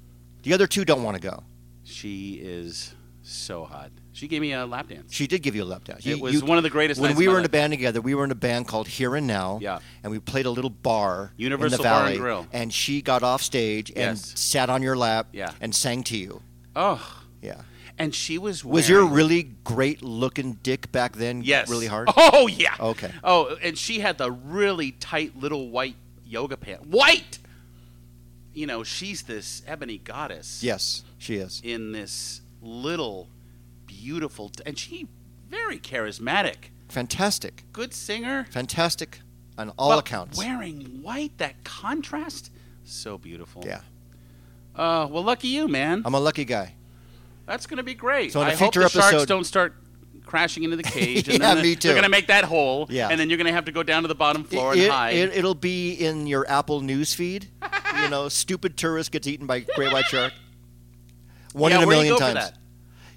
Speaker 2: The other two don't want to go.
Speaker 3: she is so hot. She gave me a lap dance.
Speaker 2: She did give you a lap dance. You-
Speaker 3: it was
Speaker 2: you-
Speaker 3: one of the greatest.
Speaker 2: when
Speaker 3: nights
Speaker 2: we
Speaker 3: of my
Speaker 2: were in a
Speaker 3: life.
Speaker 2: band together, we were in a band called Here and Now.
Speaker 3: Yeah.
Speaker 2: And we played a little bar in
Speaker 3: Universal
Speaker 2: the
Speaker 3: Bar and
Speaker 2: valley.
Speaker 3: Grill.
Speaker 2: and she got off stage and
Speaker 3: Yes.
Speaker 2: sat on your lap
Speaker 3: Yeah.
Speaker 2: and sang to you.
Speaker 3: Oh.
Speaker 2: Yeah.
Speaker 3: And she was wearing,
Speaker 2: Was your really great looking dick back then
Speaker 3: yes
Speaker 2: really hard?
Speaker 3: Oh yeah.
Speaker 2: Okay.
Speaker 3: Oh, and she had the really tight little white yoga pant. White. You know, she's this ebony goddess.
Speaker 2: Yes, she is.
Speaker 3: In this little, beautiful, t- and she very charismatic,
Speaker 2: Fantastic.
Speaker 3: good singer.
Speaker 2: Fantastic on all
Speaker 3: but
Speaker 2: accounts.
Speaker 3: Wearing white, that contrast, so beautiful.
Speaker 2: Yeah.
Speaker 3: Uh, well, lucky you, man.
Speaker 2: I'm a lucky guy.
Speaker 3: That's gonna be great.
Speaker 2: So in a
Speaker 3: I hope the
Speaker 2: future
Speaker 3: sharks
Speaker 2: episode-
Speaker 3: don't start crashing into the cage. and
Speaker 2: Yeah,
Speaker 3: then
Speaker 2: me
Speaker 3: They're
Speaker 2: too.
Speaker 3: gonna make that hole,
Speaker 2: Yeah.
Speaker 3: and then you're gonna have to go down to the bottom floor
Speaker 2: it,
Speaker 3: and hide.
Speaker 2: will be in your Apple news feed. you know, stupid tourist gets eaten by great white shark. One
Speaker 3: Yeah,
Speaker 2: in a
Speaker 3: where do
Speaker 2: million
Speaker 3: you go for
Speaker 2: times.
Speaker 3: that?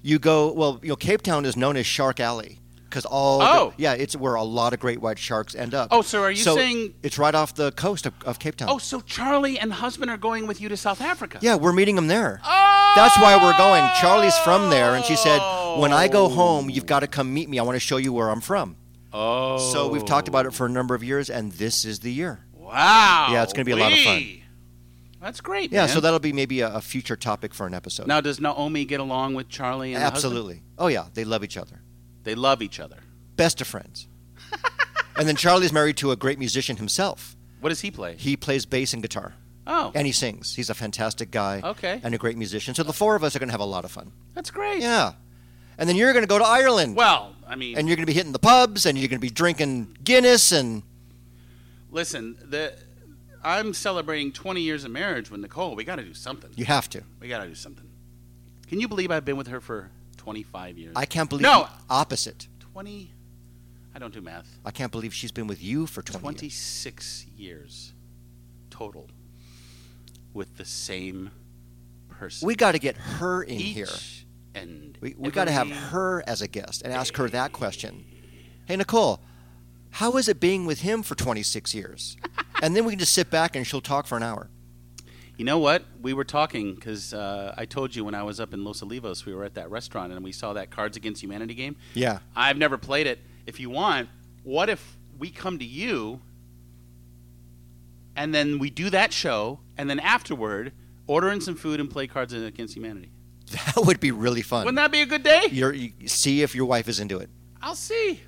Speaker 2: You go well. You know, Cape Town is known as Shark Alley because all. the-
Speaker 3: Oh.
Speaker 2: yeah, it's where a lot of great white sharks end up.
Speaker 3: Oh, so are you saying-
Speaker 2: it's right off the coast of, of Cape Town?
Speaker 3: Oh, so Charlie and husband are going with you to South Africa.
Speaker 2: Yeah, we're meeting them there.
Speaker 3: Oh!
Speaker 2: That's why we're going. Charlie's from there, and she said, "When I go home, you've got to come meet me. I want to show you where I'm from."
Speaker 3: Oh.
Speaker 2: So we've talked about it for a number of years, and this is the year.
Speaker 3: Wow.
Speaker 2: Yeah, it's gonna be a lot of fun.
Speaker 3: wee. That's great.
Speaker 2: Yeah,
Speaker 3: man.
Speaker 2: so that'll be maybe a, a future topic for an episode.
Speaker 3: now does Naomi get along with Charlie and the husband?
Speaker 2: Absolutely. Oh yeah, they love each other.
Speaker 3: They love each other.
Speaker 2: Best of friends. and then Charlie's married to a great musician himself.
Speaker 3: What does he play?
Speaker 2: He plays bass and guitar,
Speaker 3: Oh,
Speaker 2: and he sings. He's a fantastic guy.
Speaker 3: Okay.
Speaker 2: And a great musician. So the four of us are going to have a lot of fun.
Speaker 3: that's great.
Speaker 2: Yeah. And then you're going to go to Ireland.
Speaker 3: Well, I mean,
Speaker 2: and you're going to be hitting the pubs and you're going to be drinking Guinness and
Speaker 3: listen, the I'm celebrating 20 years of marriage with Nicole. We got to do something.
Speaker 2: you have to.
Speaker 3: We gotta do something. Can you believe I've been with her for 25 years?
Speaker 2: I can't believe
Speaker 3: No.
Speaker 2: the opposite.
Speaker 3: 20. I don't do math.
Speaker 2: I can't believe she's been with you for 20, years.
Speaker 3: 26 years total with the same person.
Speaker 2: We got to get her in
Speaker 3: Each
Speaker 2: here.
Speaker 3: And
Speaker 2: We, we got to have
Speaker 3: every-
Speaker 2: her as a guest and ask her that question. Hey, Nicole, how is it being with him for 26 years? And then we can just sit back and she'll talk for an hour.
Speaker 3: You know what? We were talking because uh, I told you when I was up in Los Olivos, we were at that restaurant and we saw that Cards Against Humanity game.
Speaker 2: Yeah.
Speaker 3: I've never played it. If you want, what if we come to you and then we do that show and then afterward order in some food and play Cards Against Humanity?
Speaker 2: That would be really fun.
Speaker 3: Wouldn't that be a good day?
Speaker 2: You're, you see if your wife is into it.
Speaker 3: I'll see.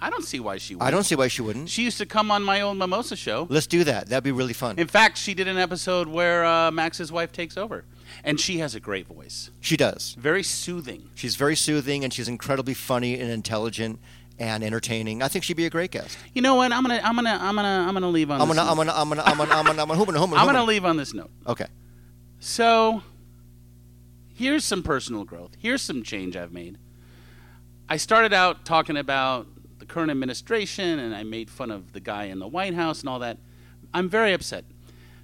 Speaker 3: I don't see why she would.
Speaker 2: I don't see why she wouldn't.
Speaker 3: She used to come on my old mimosa show.
Speaker 2: Let's do that. That'd be really fun.
Speaker 3: In fact, she did an episode where uh, Max's wife takes over, and she has a great voice,
Speaker 2: She does.
Speaker 3: very soothing.
Speaker 2: She's very soothing and she's incredibly funny and intelligent and entertaining. I think she'd be a great guest.
Speaker 3: You know what? I'm gonna, I'm gonna, I'm gonna, I'm gonna leave on.
Speaker 2: I'm
Speaker 3: this
Speaker 2: gonna, I'm
Speaker 3: note.
Speaker 2: gonna, I'm gonna, I'm gonna, I'm gonna, I'm gonna, I'm gonna,
Speaker 3: I'm
Speaker 2: I'm
Speaker 3: gonna
Speaker 2: gonna.
Speaker 3: leave on this note.
Speaker 2: Okay.
Speaker 3: So, here's some personal growth. Here's some change I've made. I started out talking about the current administration and I made fun of the guy in the White House and all that. I'm very upset.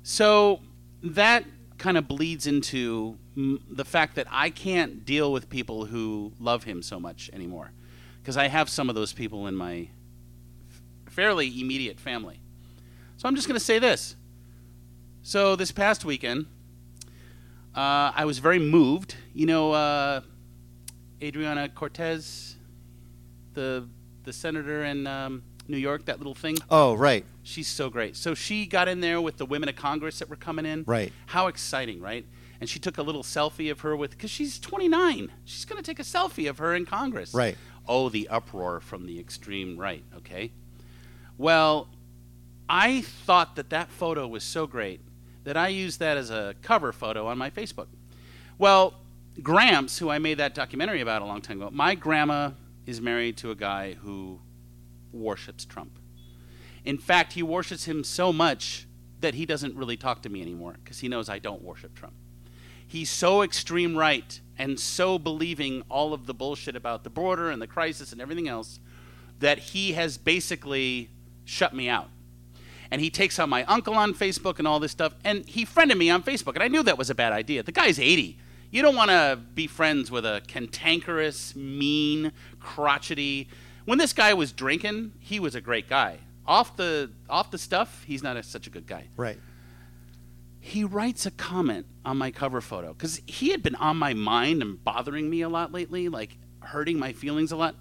Speaker 3: So, that kind of bleeds into mm, the fact that I can't deal with people who love him so much anymore because I have some of those people in my f- fairly immediate family. So, I'm just going to say this. So, this past weekend, uh, I was very moved. You know, uh, Adriana Cortez, the the senator in um, New York, that little thing.
Speaker 2: Oh, right,
Speaker 3: She's so great. So she got in there with the women of Congress that were coming in.
Speaker 2: right.
Speaker 3: How exciting, right? And she took a little selfie of her with, because she's 29. She's going to take a selfie of her in Congress.
Speaker 2: Right.
Speaker 3: Oh, the uproar from the extreme right, okay? Well, I thought that that photo was so great that I used that as a cover photo on my Facebook. Well, Gramps, who I made that documentary about a long time ago, my grandma is married to a guy who worships Trump. In fact, he worships him so much that he doesn't really talk to me anymore because he knows I don't worship Trump. He's so extreme right and so believing all of the bullshit about the border and the crisis and everything else that he has basically shut me out. And he takes out my uncle on Facebook and all this stuff. And he friended me on Facebook. And I knew that was a bad idea. The guy's 80. You don't want to be friends with a cantankerous, mean, crotchety. When this guy was drinking, he was a great guy. Off the off the stuff, he's not a, such a good guy
Speaker 2: Right.
Speaker 3: he writes a comment on my cover photo because he had been on my mind and bothering me a lot lately, like hurting my feelings a lot.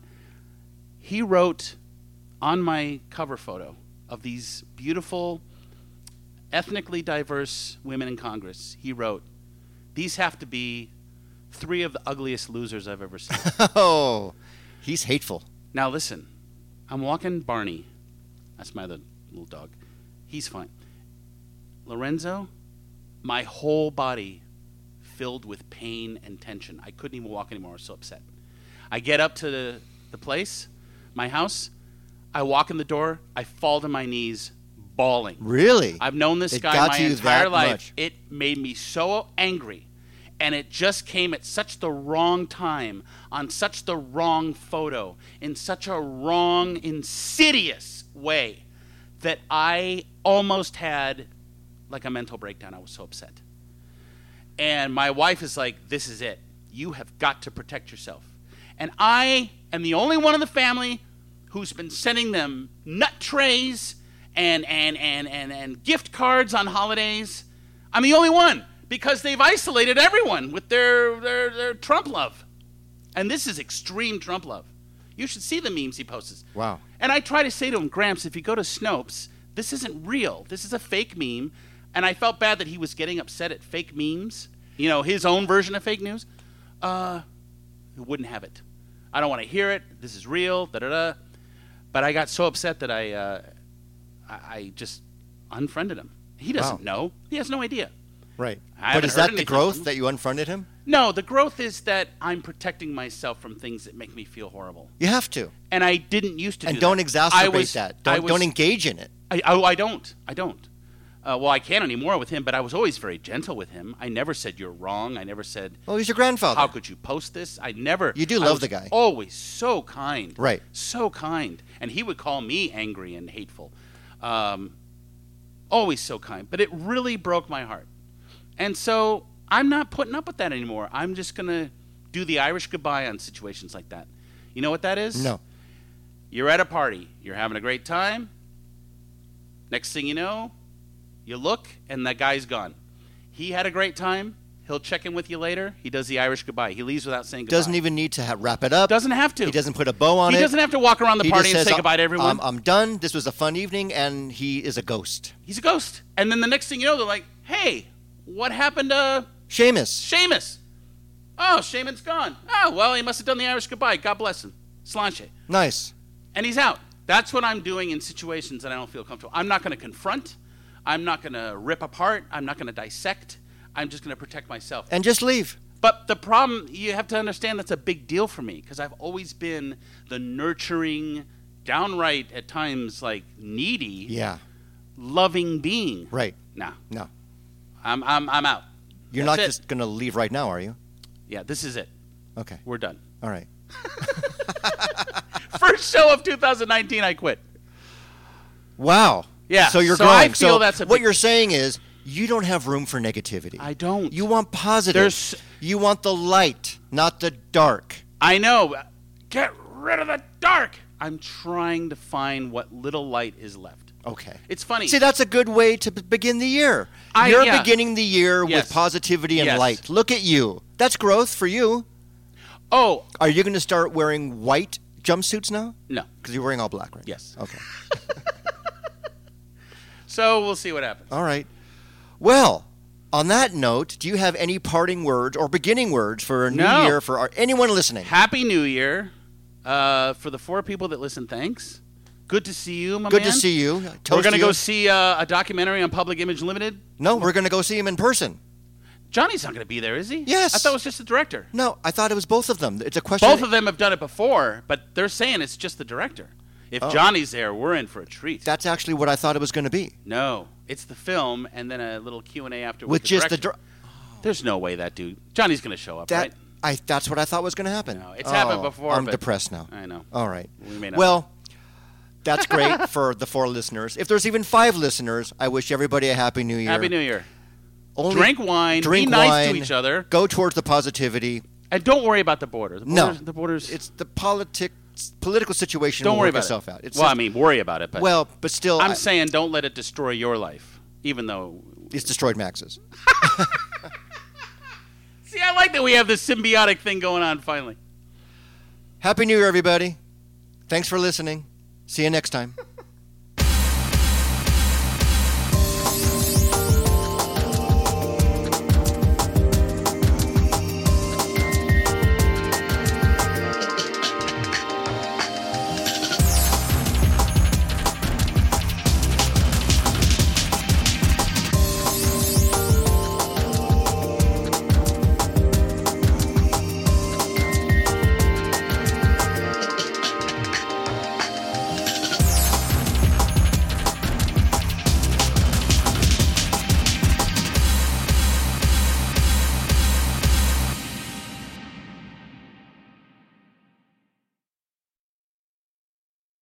Speaker 3: He wrote on my cover photo of these beautiful, ethnically diverse women in Congress, he wrote, These have to be three of the ugliest losers I've ever seen.
Speaker 2: Oh, he's hateful.
Speaker 3: Now listen, I'm walking Barney. That's my other little dog. He's fine. Lorenzo, my whole body filled with pain and tension. I couldn't even walk anymore. I was so upset. I get up to the, the place, my house. I walk in the door. I fall to my knees, bawling.
Speaker 2: Really?
Speaker 3: I've known this
Speaker 2: It
Speaker 3: guy
Speaker 2: got
Speaker 3: my
Speaker 2: to you
Speaker 3: entire
Speaker 2: that
Speaker 3: life.
Speaker 2: much.
Speaker 3: It made me so angry. And it just came at such the wrong time, on such the wrong photo, in such a wrong, insidious way that I almost had like a mental breakdown. I was so upset. And my wife is like, This is it. You have got to protect yourself. And I am the only one in the family who's been sending them nut trays and, and, and, and, and gift cards on holidays. I'm the only one because they've isolated everyone with their, their, their Trump love. And this is extreme Trump love. You should see the memes he posts.
Speaker 2: Wow.
Speaker 3: And I try to say to him, Gramps, if you go to Snopes, this isn't real. This is a fake meme. And I felt bad that he was getting upset at fake memes, you know, his own version of fake news. Uh, he wouldn't have it. I don't want to hear it. This is real. Da da da. But I got so upset that I, uh, I, I just unfriended him. He doesn't know. He has no idea.
Speaker 2: Right.
Speaker 3: I
Speaker 2: but
Speaker 3: haven't
Speaker 2: is
Speaker 3: heard
Speaker 2: that the
Speaker 3: anything
Speaker 2: growth
Speaker 3: from-
Speaker 2: that you unfriended him?
Speaker 3: No, the growth is that I'm protecting myself from things that make me feel horrible.
Speaker 2: You have to.
Speaker 3: And I didn't used to.
Speaker 2: And
Speaker 3: do
Speaker 2: don't
Speaker 3: that. I
Speaker 2: exacerbate
Speaker 3: was-
Speaker 2: that.
Speaker 3: I
Speaker 2: Don't,
Speaker 3: was-
Speaker 2: don't engage in it.
Speaker 3: I, I, I don't. I don't. Uh, well, I can't anymore with him, but I was always very gentle with him. I never said you're wrong. I never said
Speaker 2: Oh, he's your grandfather.
Speaker 3: how could you post this. I never.
Speaker 2: You do
Speaker 3: I
Speaker 2: love
Speaker 3: was
Speaker 2: the guy.
Speaker 3: Always so kind.
Speaker 2: Right.
Speaker 3: So kind, and he would call me angry and hateful. Um, always so kind, but it really broke my heart. And so I'm not putting up with that anymore. I'm just gonna do the Irish goodbye on situations like that. You know what that is?
Speaker 2: No.
Speaker 3: You're at a party. You're having a great time. Next thing you know, you look and that guy's gone. He had a great time. He'll check in with you later. He does the Irish goodbye. He leaves without saying goodbye.
Speaker 2: Doesn't even need to ha- wrap it up.
Speaker 3: Doesn't have to.
Speaker 2: He doesn't put a bow on
Speaker 3: He
Speaker 2: it.
Speaker 3: doesn't have to walk around the
Speaker 2: He
Speaker 3: party
Speaker 2: just
Speaker 3: and
Speaker 2: says,
Speaker 3: say goodbye to
Speaker 2: "I'm-
Speaker 3: everyone.
Speaker 2: I'm, I'm done. This was a fun evening, and he is a ghost.
Speaker 3: He's a ghost. And then the next thing you know, they're like, "Hey, what happened to
Speaker 2: Seamus.
Speaker 3: Seamus? Oh, Seamus gone. Oh, well, he must have done the Irish goodbye. God bless him. Slanche."
Speaker 2: Nice.
Speaker 3: and he's out. That's what I'm doing in situations that I don't feel comfortable. I'm not going to confront. I'm not going to rip apart. I'm not going to dissect. I'm just going to protect myself.
Speaker 2: And just leave.
Speaker 3: But the problem, you have to understand that's a big deal for me because I've always been the nurturing, downright, at times like needy,
Speaker 2: Yeah.
Speaker 3: loving being.
Speaker 2: Right.
Speaker 3: Nah,
Speaker 2: No.
Speaker 3: I'm, I'm, I'm out.
Speaker 2: You're
Speaker 3: That's
Speaker 2: not
Speaker 3: it.
Speaker 2: just going to leave right now, are you?
Speaker 3: Yeah, this is it.
Speaker 2: Okay.
Speaker 3: We're done.
Speaker 2: All right.
Speaker 3: First show of 2019, I quit.
Speaker 2: Wow.
Speaker 3: Yeah,
Speaker 2: So you're
Speaker 3: so
Speaker 2: growing.
Speaker 3: I feel
Speaker 2: so
Speaker 3: that's a
Speaker 2: what
Speaker 3: big-
Speaker 2: you're saying is you don't have room for negativity.
Speaker 3: I don't.
Speaker 2: You want positive.
Speaker 3: There's-
Speaker 2: You want the light, not the dark.
Speaker 3: I know. Get rid of the dark. I'm trying to find what little light is left.
Speaker 2: Okay.
Speaker 3: It's funny.
Speaker 2: See, that's a good way to b- begin the year.
Speaker 3: I-
Speaker 2: You're
Speaker 3: yeah.
Speaker 2: beginning the year
Speaker 3: Yes.
Speaker 2: with positivity and
Speaker 3: Yes.
Speaker 2: light. Look at you. That's growth for you.
Speaker 3: oh
Speaker 2: Are you going to start wearing white jumpsuits now?
Speaker 3: no.
Speaker 2: Because you're wearing all black right now.
Speaker 3: Yes.
Speaker 2: Okay.
Speaker 3: So we'll see what happens.
Speaker 2: All right. Well, on that note, do you have any parting words or beginning words for a new
Speaker 3: No.
Speaker 2: year for our, anyone listening?
Speaker 3: Happy New Year. Uh, for the four people that listen, thanks. Good to see you, my
Speaker 2: Good
Speaker 3: man.
Speaker 2: to see you. Toast
Speaker 3: We're gonna
Speaker 2: to
Speaker 3: go
Speaker 2: you.
Speaker 3: see uh, a documentary on Public Image Limited.
Speaker 2: No, we're going to go see him in person.
Speaker 3: Johnny's not gonna be there, is he?
Speaker 2: Yes.
Speaker 3: I thought it was just the director.
Speaker 2: No, I thought it was both of them. It's a question.
Speaker 3: Both of them have done it before, but they're saying it's just the director. If
Speaker 2: Oh.
Speaker 3: Johnny's there, we're in for a treat.
Speaker 2: That's actually what I thought it was going to be.
Speaker 3: no, it's the film and then a little Q and A after
Speaker 2: With
Speaker 3: the
Speaker 2: just the
Speaker 3: director.
Speaker 2: dr-
Speaker 3: There's no way that dude Johnny's gonna show up,
Speaker 2: that
Speaker 3: right?
Speaker 2: I that's what I thought was going to happen.
Speaker 3: No, it's happened
Speaker 2: Oh,
Speaker 3: before,
Speaker 2: I'm
Speaker 3: but-
Speaker 2: depressed now.
Speaker 3: I know.
Speaker 2: All right.
Speaker 3: We may not-
Speaker 2: Well, that's great for the four listeners. If there's even five listeners, I wish everybody a happy New Year.
Speaker 3: Happy New Year.
Speaker 2: Only
Speaker 3: Drink wine.
Speaker 2: Drink
Speaker 3: be nice
Speaker 2: wine.
Speaker 3: to each other,
Speaker 2: Go towards the positivity.
Speaker 3: and don't worry about the border. The
Speaker 2: No.
Speaker 3: borders, the borders.
Speaker 2: It's the politics, political situation.
Speaker 3: don't
Speaker 2: will
Speaker 3: worry
Speaker 2: work
Speaker 3: about
Speaker 2: itself
Speaker 3: it.
Speaker 2: out. It's
Speaker 3: well,
Speaker 2: just-
Speaker 3: I mean, worry about it, but
Speaker 2: well, but still,
Speaker 3: I'm
Speaker 2: I-
Speaker 3: saying don't let it destroy your life, even though.
Speaker 2: it's destroyed Max's.
Speaker 3: See, I like that we have this symbiotic thing going on finally.
Speaker 2: Happy New Year, everybody. Thanks for listening. See you next time.